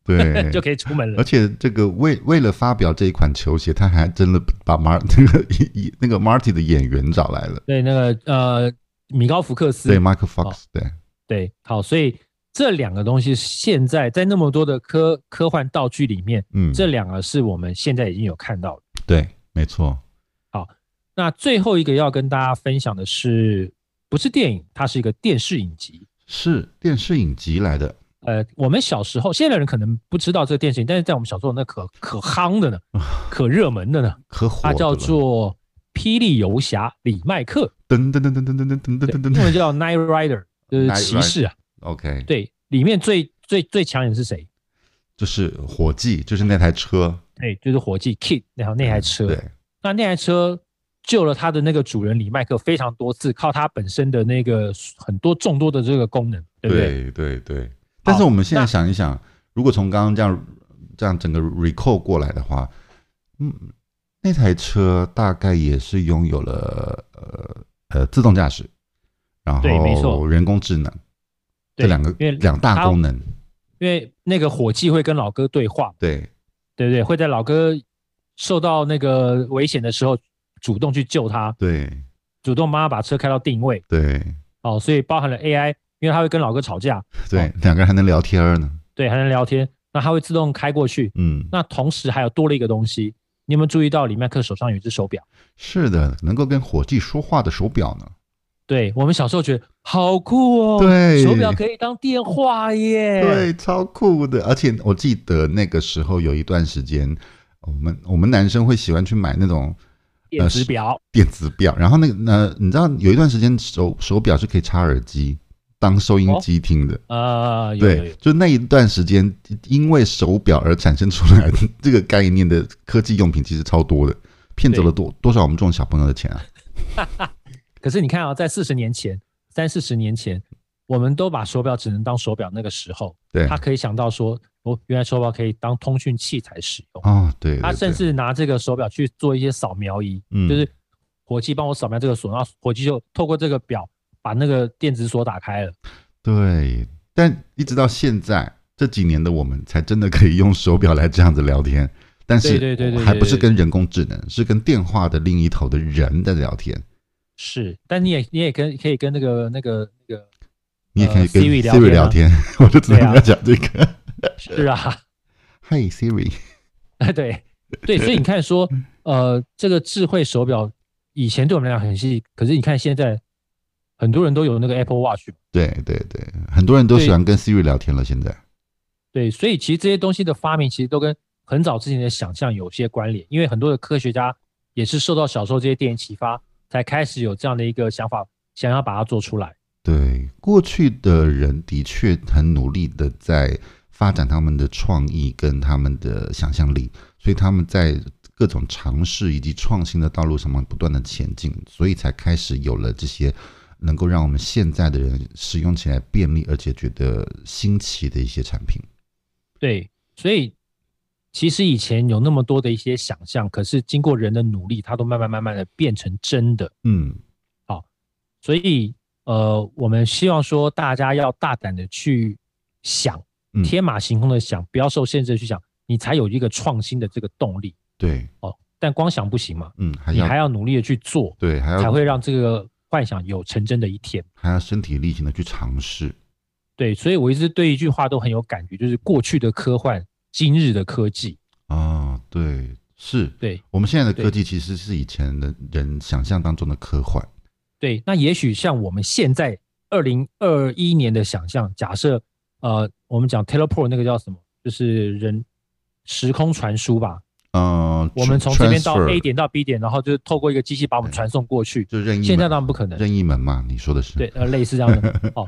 [SPEAKER 2] 对
[SPEAKER 1] 就可以出门
[SPEAKER 2] 而
[SPEAKER 1] 了。
[SPEAKER 2] 且这个为为了发表这一款球鞋，他还真的把马 那个一那个 Marty 的演员找来了，
[SPEAKER 1] 对，那个呃，米高福克斯，
[SPEAKER 2] 对 Michael Fox，对，
[SPEAKER 1] 对好，所以这两个东西现在在那么多的科科幻道具里面，
[SPEAKER 2] 嗯，
[SPEAKER 1] 这两个是我们现在已经有看到的。
[SPEAKER 2] 对，没错，
[SPEAKER 1] 那最后一个要跟大家分享的是，不是电影，它是一个电视影集。
[SPEAKER 2] 是电视影集来的，
[SPEAKER 1] 呃，我们小时候，现在的人可能不知道这个电视影，但是在我们小时候，那可可夯的呢，可热门的呢。
[SPEAKER 2] 可火的
[SPEAKER 1] 它
[SPEAKER 2] 了，
[SPEAKER 1] 叫做《霹雳游侠》李麦克，
[SPEAKER 2] 噔噔噔噔噔噔噔噔
[SPEAKER 1] 对
[SPEAKER 2] 噔噔
[SPEAKER 1] 英文
[SPEAKER 2] 噔
[SPEAKER 1] 叫 Night Rider，就是
[SPEAKER 2] Knight
[SPEAKER 1] 骑士啊。
[SPEAKER 2] ，OK，
[SPEAKER 1] 对，里面最最最强人是谁？
[SPEAKER 2] 就是火计，就是那台车，
[SPEAKER 1] 对，就是伙计 Kid 那台那台车。
[SPEAKER 2] 对，
[SPEAKER 1] 那那台车救了他的那个主人李麦克非常多次，靠他本身的那个很多众多的这个功能，对不对？
[SPEAKER 2] 对对对。但是我们现在
[SPEAKER 1] 那
[SPEAKER 2] 想一想，如果从刚刚这样这样整个 recall 过来的话，嗯，那台车大概也是拥有了呃呃自动驾驶，然
[SPEAKER 1] 对没
[SPEAKER 2] 后
[SPEAKER 1] 错
[SPEAKER 2] 人工智能这
[SPEAKER 1] 对
[SPEAKER 2] 两个
[SPEAKER 1] 因为
[SPEAKER 2] 两大
[SPEAKER 1] 它
[SPEAKER 2] 功能，
[SPEAKER 1] 因为那个伙计会跟老哥对话，
[SPEAKER 2] 对
[SPEAKER 1] 对不对？会在老哥受到那个危险的时候主动去救他，
[SPEAKER 2] 对
[SPEAKER 1] 主动帮他把车开到定位。
[SPEAKER 2] 对
[SPEAKER 1] 哦，所以包含了 AI，因为他会跟老哥吵架，
[SPEAKER 2] 对，两个人还能聊天儿呢，
[SPEAKER 1] 对，还能聊天，那它会自动开过去。
[SPEAKER 2] 嗯，
[SPEAKER 1] 那同时还有多了一个东西，你有没有注意到李麦克手上有一只手表？
[SPEAKER 2] 是的，能够跟伙计说话的手表呢，
[SPEAKER 1] 对我们小时候觉得好酷哦，
[SPEAKER 2] 对
[SPEAKER 1] 手表可以当电话耶。，
[SPEAKER 2] 对，超酷的。而且我记得那个时候有一段时间，我们我们男生会喜欢去买那种
[SPEAKER 1] 电子表，
[SPEAKER 2] 电子表，然后那个呃，你知道有一段时间手手表是可以插耳机当收音机听的，
[SPEAKER 1] 呃，有有
[SPEAKER 2] 对
[SPEAKER 1] 有，，
[SPEAKER 2] 就那一段时间因为手表而产生出来的这个概念的科技用品其实超多的，骗走了多多少我们这种小朋友的钱啊！
[SPEAKER 1] 可是你看啊，在四十年前，三四十年前，我们都把手表只能当手表那个时候，
[SPEAKER 2] 对，
[SPEAKER 1] 他可以想到说，哦，原来手表可以当通讯器材使用。
[SPEAKER 2] 哦，对，对
[SPEAKER 1] 他甚
[SPEAKER 2] 对
[SPEAKER 1] 至拿这个手表去做一些扫描仪，
[SPEAKER 2] 嗯
[SPEAKER 1] 就是火机帮我扫描这个锁，然后火机就透过这个表把那个电子锁打开了。
[SPEAKER 2] 对，但一直到现在这几年的我们，才真的可以用手表来这样子聊天。但
[SPEAKER 1] 对
[SPEAKER 2] 是
[SPEAKER 1] 对对对对
[SPEAKER 2] 还不是
[SPEAKER 1] 对
[SPEAKER 2] 跟人工智能，是跟电话的另一头的人在聊天。
[SPEAKER 1] 是，但你也你也跟可以跟那个那个那个
[SPEAKER 2] 你也可以跟
[SPEAKER 1] Siri 聊
[SPEAKER 2] Siri
[SPEAKER 1] 天啊
[SPEAKER 2] 聊天， 我就知道
[SPEAKER 1] 对啊
[SPEAKER 2] 你要讲这个。
[SPEAKER 1] 是啊，
[SPEAKER 2] 嗨 Siri，
[SPEAKER 1] 对对，所以你看说，呃，这个智慧手表以前对我们来讲很细，可是你看现在很多人都有那个 Apple Watch，
[SPEAKER 2] 对对对，很多人都
[SPEAKER 1] 对
[SPEAKER 2] 喜欢跟 Siri 聊天了。现在，
[SPEAKER 1] 对，所以其实这些东西的发明其实都跟很早之前的想象有些关联，因为很多的科学家也是受到小时候这些电影启发，才开始有这样的一个想法，想要把它做出来。
[SPEAKER 2] 对过去的人的确很努力的在发展他们的创意跟他们的想象力，所以他们在各种尝试以及创新的道路上面不断的前进，所以才开始有了这些能够让我们现在的人使用起来便利而且觉得新奇的一些产品。
[SPEAKER 1] 对，所以其实以前有那么多的一些想象，可是经过人的努力，它都慢慢慢慢的变成真的。
[SPEAKER 2] 嗯，
[SPEAKER 1] 所以呃，我们希望说大家要大胆的去想
[SPEAKER 2] 嗯，
[SPEAKER 1] 天马行空的想，不要受限制的去想，你才有一个创新的这个动力
[SPEAKER 2] 对，
[SPEAKER 1] 哦。但光想不行嘛，
[SPEAKER 2] 嗯，还
[SPEAKER 1] 你
[SPEAKER 2] 要
[SPEAKER 1] 还要努力的去做，
[SPEAKER 2] 对，还要
[SPEAKER 1] 才会让这个幻想有成真的一天。
[SPEAKER 2] 还要身体力行的去尝试。
[SPEAKER 1] 对，所以我一直对一句话都很有感觉，就是过去的科幻，今日的科技。
[SPEAKER 2] 啊，对，是
[SPEAKER 1] 对
[SPEAKER 2] 我们现在的科
[SPEAKER 1] 对
[SPEAKER 2] 技其实是以前的人想象当中的科幻。
[SPEAKER 1] 对，那也许像我们现在二零二一年的想象，假设呃，我们讲 teleport 那个叫什么，就是人时空传输吧，
[SPEAKER 2] 呃，
[SPEAKER 1] 我们从这边到
[SPEAKER 2] transfer，
[SPEAKER 1] A 点到 B 点，然后就是透过一个机器把我们
[SPEAKER 2] 对
[SPEAKER 1] 传送过去。
[SPEAKER 2] 就任意门，
[SPEAKER 1] 现在当然不可能，
[SPEAKER 2] 任意门嘛，你说的是嗯
[SPEAKER 1] 对，呃，类似这样 的哦。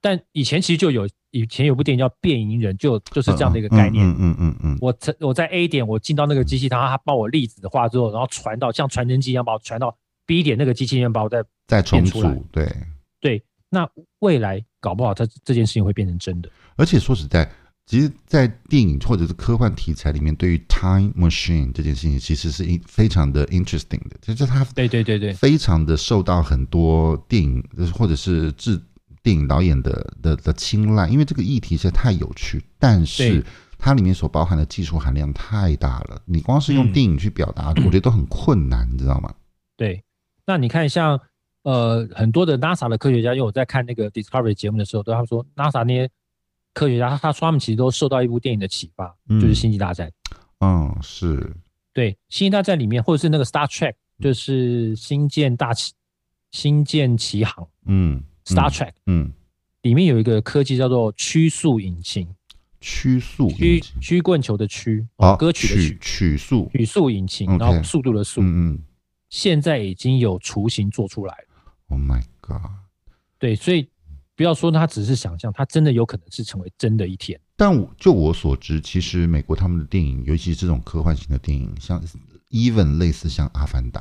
[SPEAKER 1] 但以前其实就有，以前有部电影叫《变形人》，就就是这样的一个概念。
[SPEAKER 2] 嗯嗯嗯嗯嗯，
[SPEAKER 1] 我在我在 A 点，我进到那个机器，它它帮我粒子化之后，然后传到像传真机一样把我传到 B 点那个机器里面，把我再
[SPEAKER 2] 再重
[SPEAKER 1] 变出来
[SPEAKER 2] 组对。
[SPEAKER 1] 对。那未来搞不好它这件事情会变成真的。
[SPEAKER 2] 而且说实在，其实，在电影或者是科幻题材里面，对于 time machine 这件事情，其实是一非常的 interesting 的，就是它
[SPEAKER 1] 对对对对
[SPEAKER 2] 非常的受到很多电影呃或者是制电影导演的的的青睐，因为这个议题实在太有趣，但是
[SPEAKER 1] 对
[SPEAKER 2] 它里面所包含的技术含量太大了，你光是 用
[SPEAKER 1] 嗯
[SPEAKER 2] 电影去表达，我觉得都很困难，你知道吗？
[SPEAKER 1] 对。那你看像，呃很多的 NASA 的科学家，因为我在看那个 Discovery 节目的时候，都他们说 NASA 那些科学家，他他说他们其实都受到一部电影的启发，就是
[SPEAKER 2] 嗯
[SPEAKER 1] 《星际大战》。
[SPEAKER 2] 嗯，是，
[SPEAKER 1] 对，《星际大战》里面，或者是那个 Star Trek，就是《
[SPEAKER 2] 嗯
[SPEAKER 1] 星舰大奇》《星舰奇航
[SPEAKER 2] 嗯》
[SPEAKER 1] Star Trek、
[SPEAKER 2] 嗯，嗯
[SPEAKER 1] 里面有一个科技叫做曲速引擎，
[SPEAKER 2] 曲速
[SPEAKER 1] 曲
[SPEAKER 2] 引擎
[SPEAKER 1] 曲棍球的曲，
[SPEAKER 2] 哦，
[SPEAKER 1] 歌曲的
[SPEAKER 2] 曲
[SPEAKER 1] 曲，
[SPEAKER 2] 曲速，
[SPEAKER 1] 曲速引擎，
[SPEAKER 2] OK
[SPEAKER 1] 然后速度的速，
[SPEAKER 2] 嗯嗯
[SPEAKER 1] 现在已经有雏形做出来了。
[SPEAKER 2] ，Oh my god！
[SPEAKER 1] 对，所以不要说它只是想象，它真的有可能是成为真的一天。
[SPEAKER 2] 但我就我所知，其实美国他们的电影，尤其是这种科幻型的电影，像 even 类似像《阿凡达》，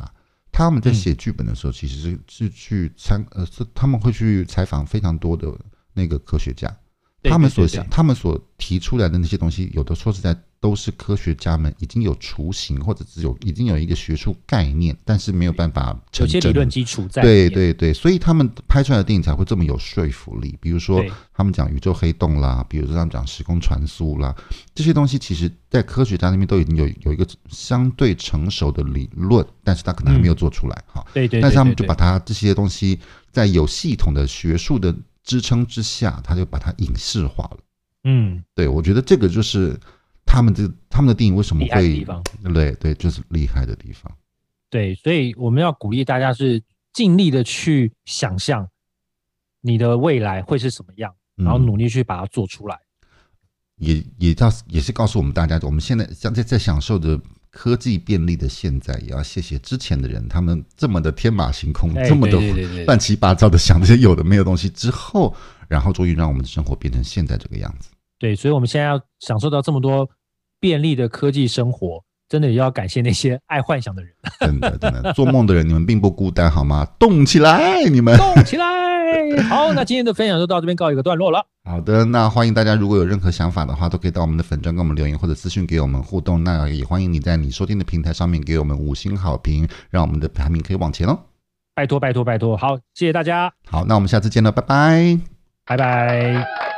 [SPEAKER 2] 他们在
[SPEAKER 1] 嗯
[SPEAKER 2] 写剧本的时候，其实是是去参呃，是他们会去采访非常多的那个科学家，
[SPEAKER 1] 对
[SPEAKER 2] 他们
[SPEAKER 1] 对对
[SPEAKER 2] 所
[SPEAKER 1] 对
[SPEAKER 2] 想、他们所提出来的那些东西，有的说实在都是科学家们已经有雏形，或者只有已经有一个学术概念，但是没有办法
[SPEAKER 1] 有
[SPEAKER 2] 成
[SPEAKER 1] 些
[SPEAKER 2] 真。
[SPEAKER 1] 理论基础在里
[SPEAKER 2] 对
[SPEAKER 1] 面。
[SPEAKER 2] 对对，所以他们拍出来的电影才会这么有说服力。比如说
[SPEAKER 1] 对，
[SPEAKER 2] 他们讲宇宙黑洞啦，比如说他们讲时空传输啦，这些东西其实在科学家那边都已经有有一个相对成熟的理论，但是他可能还没有做出来哈。
[SPEAKER 1] 对对对
[SPEAKER 2] 但是他们就
[SPEAKER 1] 对
[SPEAKER 2] 把它这些东西在有系统的学术的支撑之下，他就把它影视化了。
[SPEAKER 1] 嗯，
[SPEAKER 2] 对我觉得这个就是他们这他们的电影为什么
[SPEAKER 1] 厉害的
[SPEAKER 2] 会
[SPEAKER 1] 地方。
[SPEAKER 2] 对对，就是厉害的地方。
[SPEAKER 1] 对，所以我们要鼓励大家是尽力的去想象你的未来会是什么样，然后
[SPEAKER 2] 嗯
[SPEAKER 1] 努力去把它做出来。
[SPEAKER 2] 也也告也是告诉我们大家，我们现在像在在享受着科技便利的现在，也要谢谢之前的人，他们这么的天马行空，
[SPEAKER 1] 哎
[SPEAKER 2] 嗯这么的
[SPEAKER 1] 对对对对
[SPEAKER 2] 乱七八糟的想这些有的没有东西之后，然后终于让我们的生活变成现在这个样子。
[SPEAKER 1] 对，所以我们现在要享受到这么多便利的科技生活，真的也要感谢那些爱幻想的 人，
[SPEAKER 2] 真的真的，做梦的人你们并不孤单好吗？动起来，你们！
[SPEAKER 1] 动起来！耶！好，那今天的分享就到这边告一个段落了。
[SPEAKER 2] 好的，那欢迎大家如果有任何想法的话，都可以到我们的粉专跟我们留言或者私信给我们互动。那也欢迎你在你收听的平台上面给我们五星好评，让我们的排名可以往前哦。
[SPEAKER 1] 拜托，拜托，拜托！好，谢谢大家，
[SPEAKER 2] 好，那我们下次见了，拜拜。
[SPEAKER 1] 拜拜。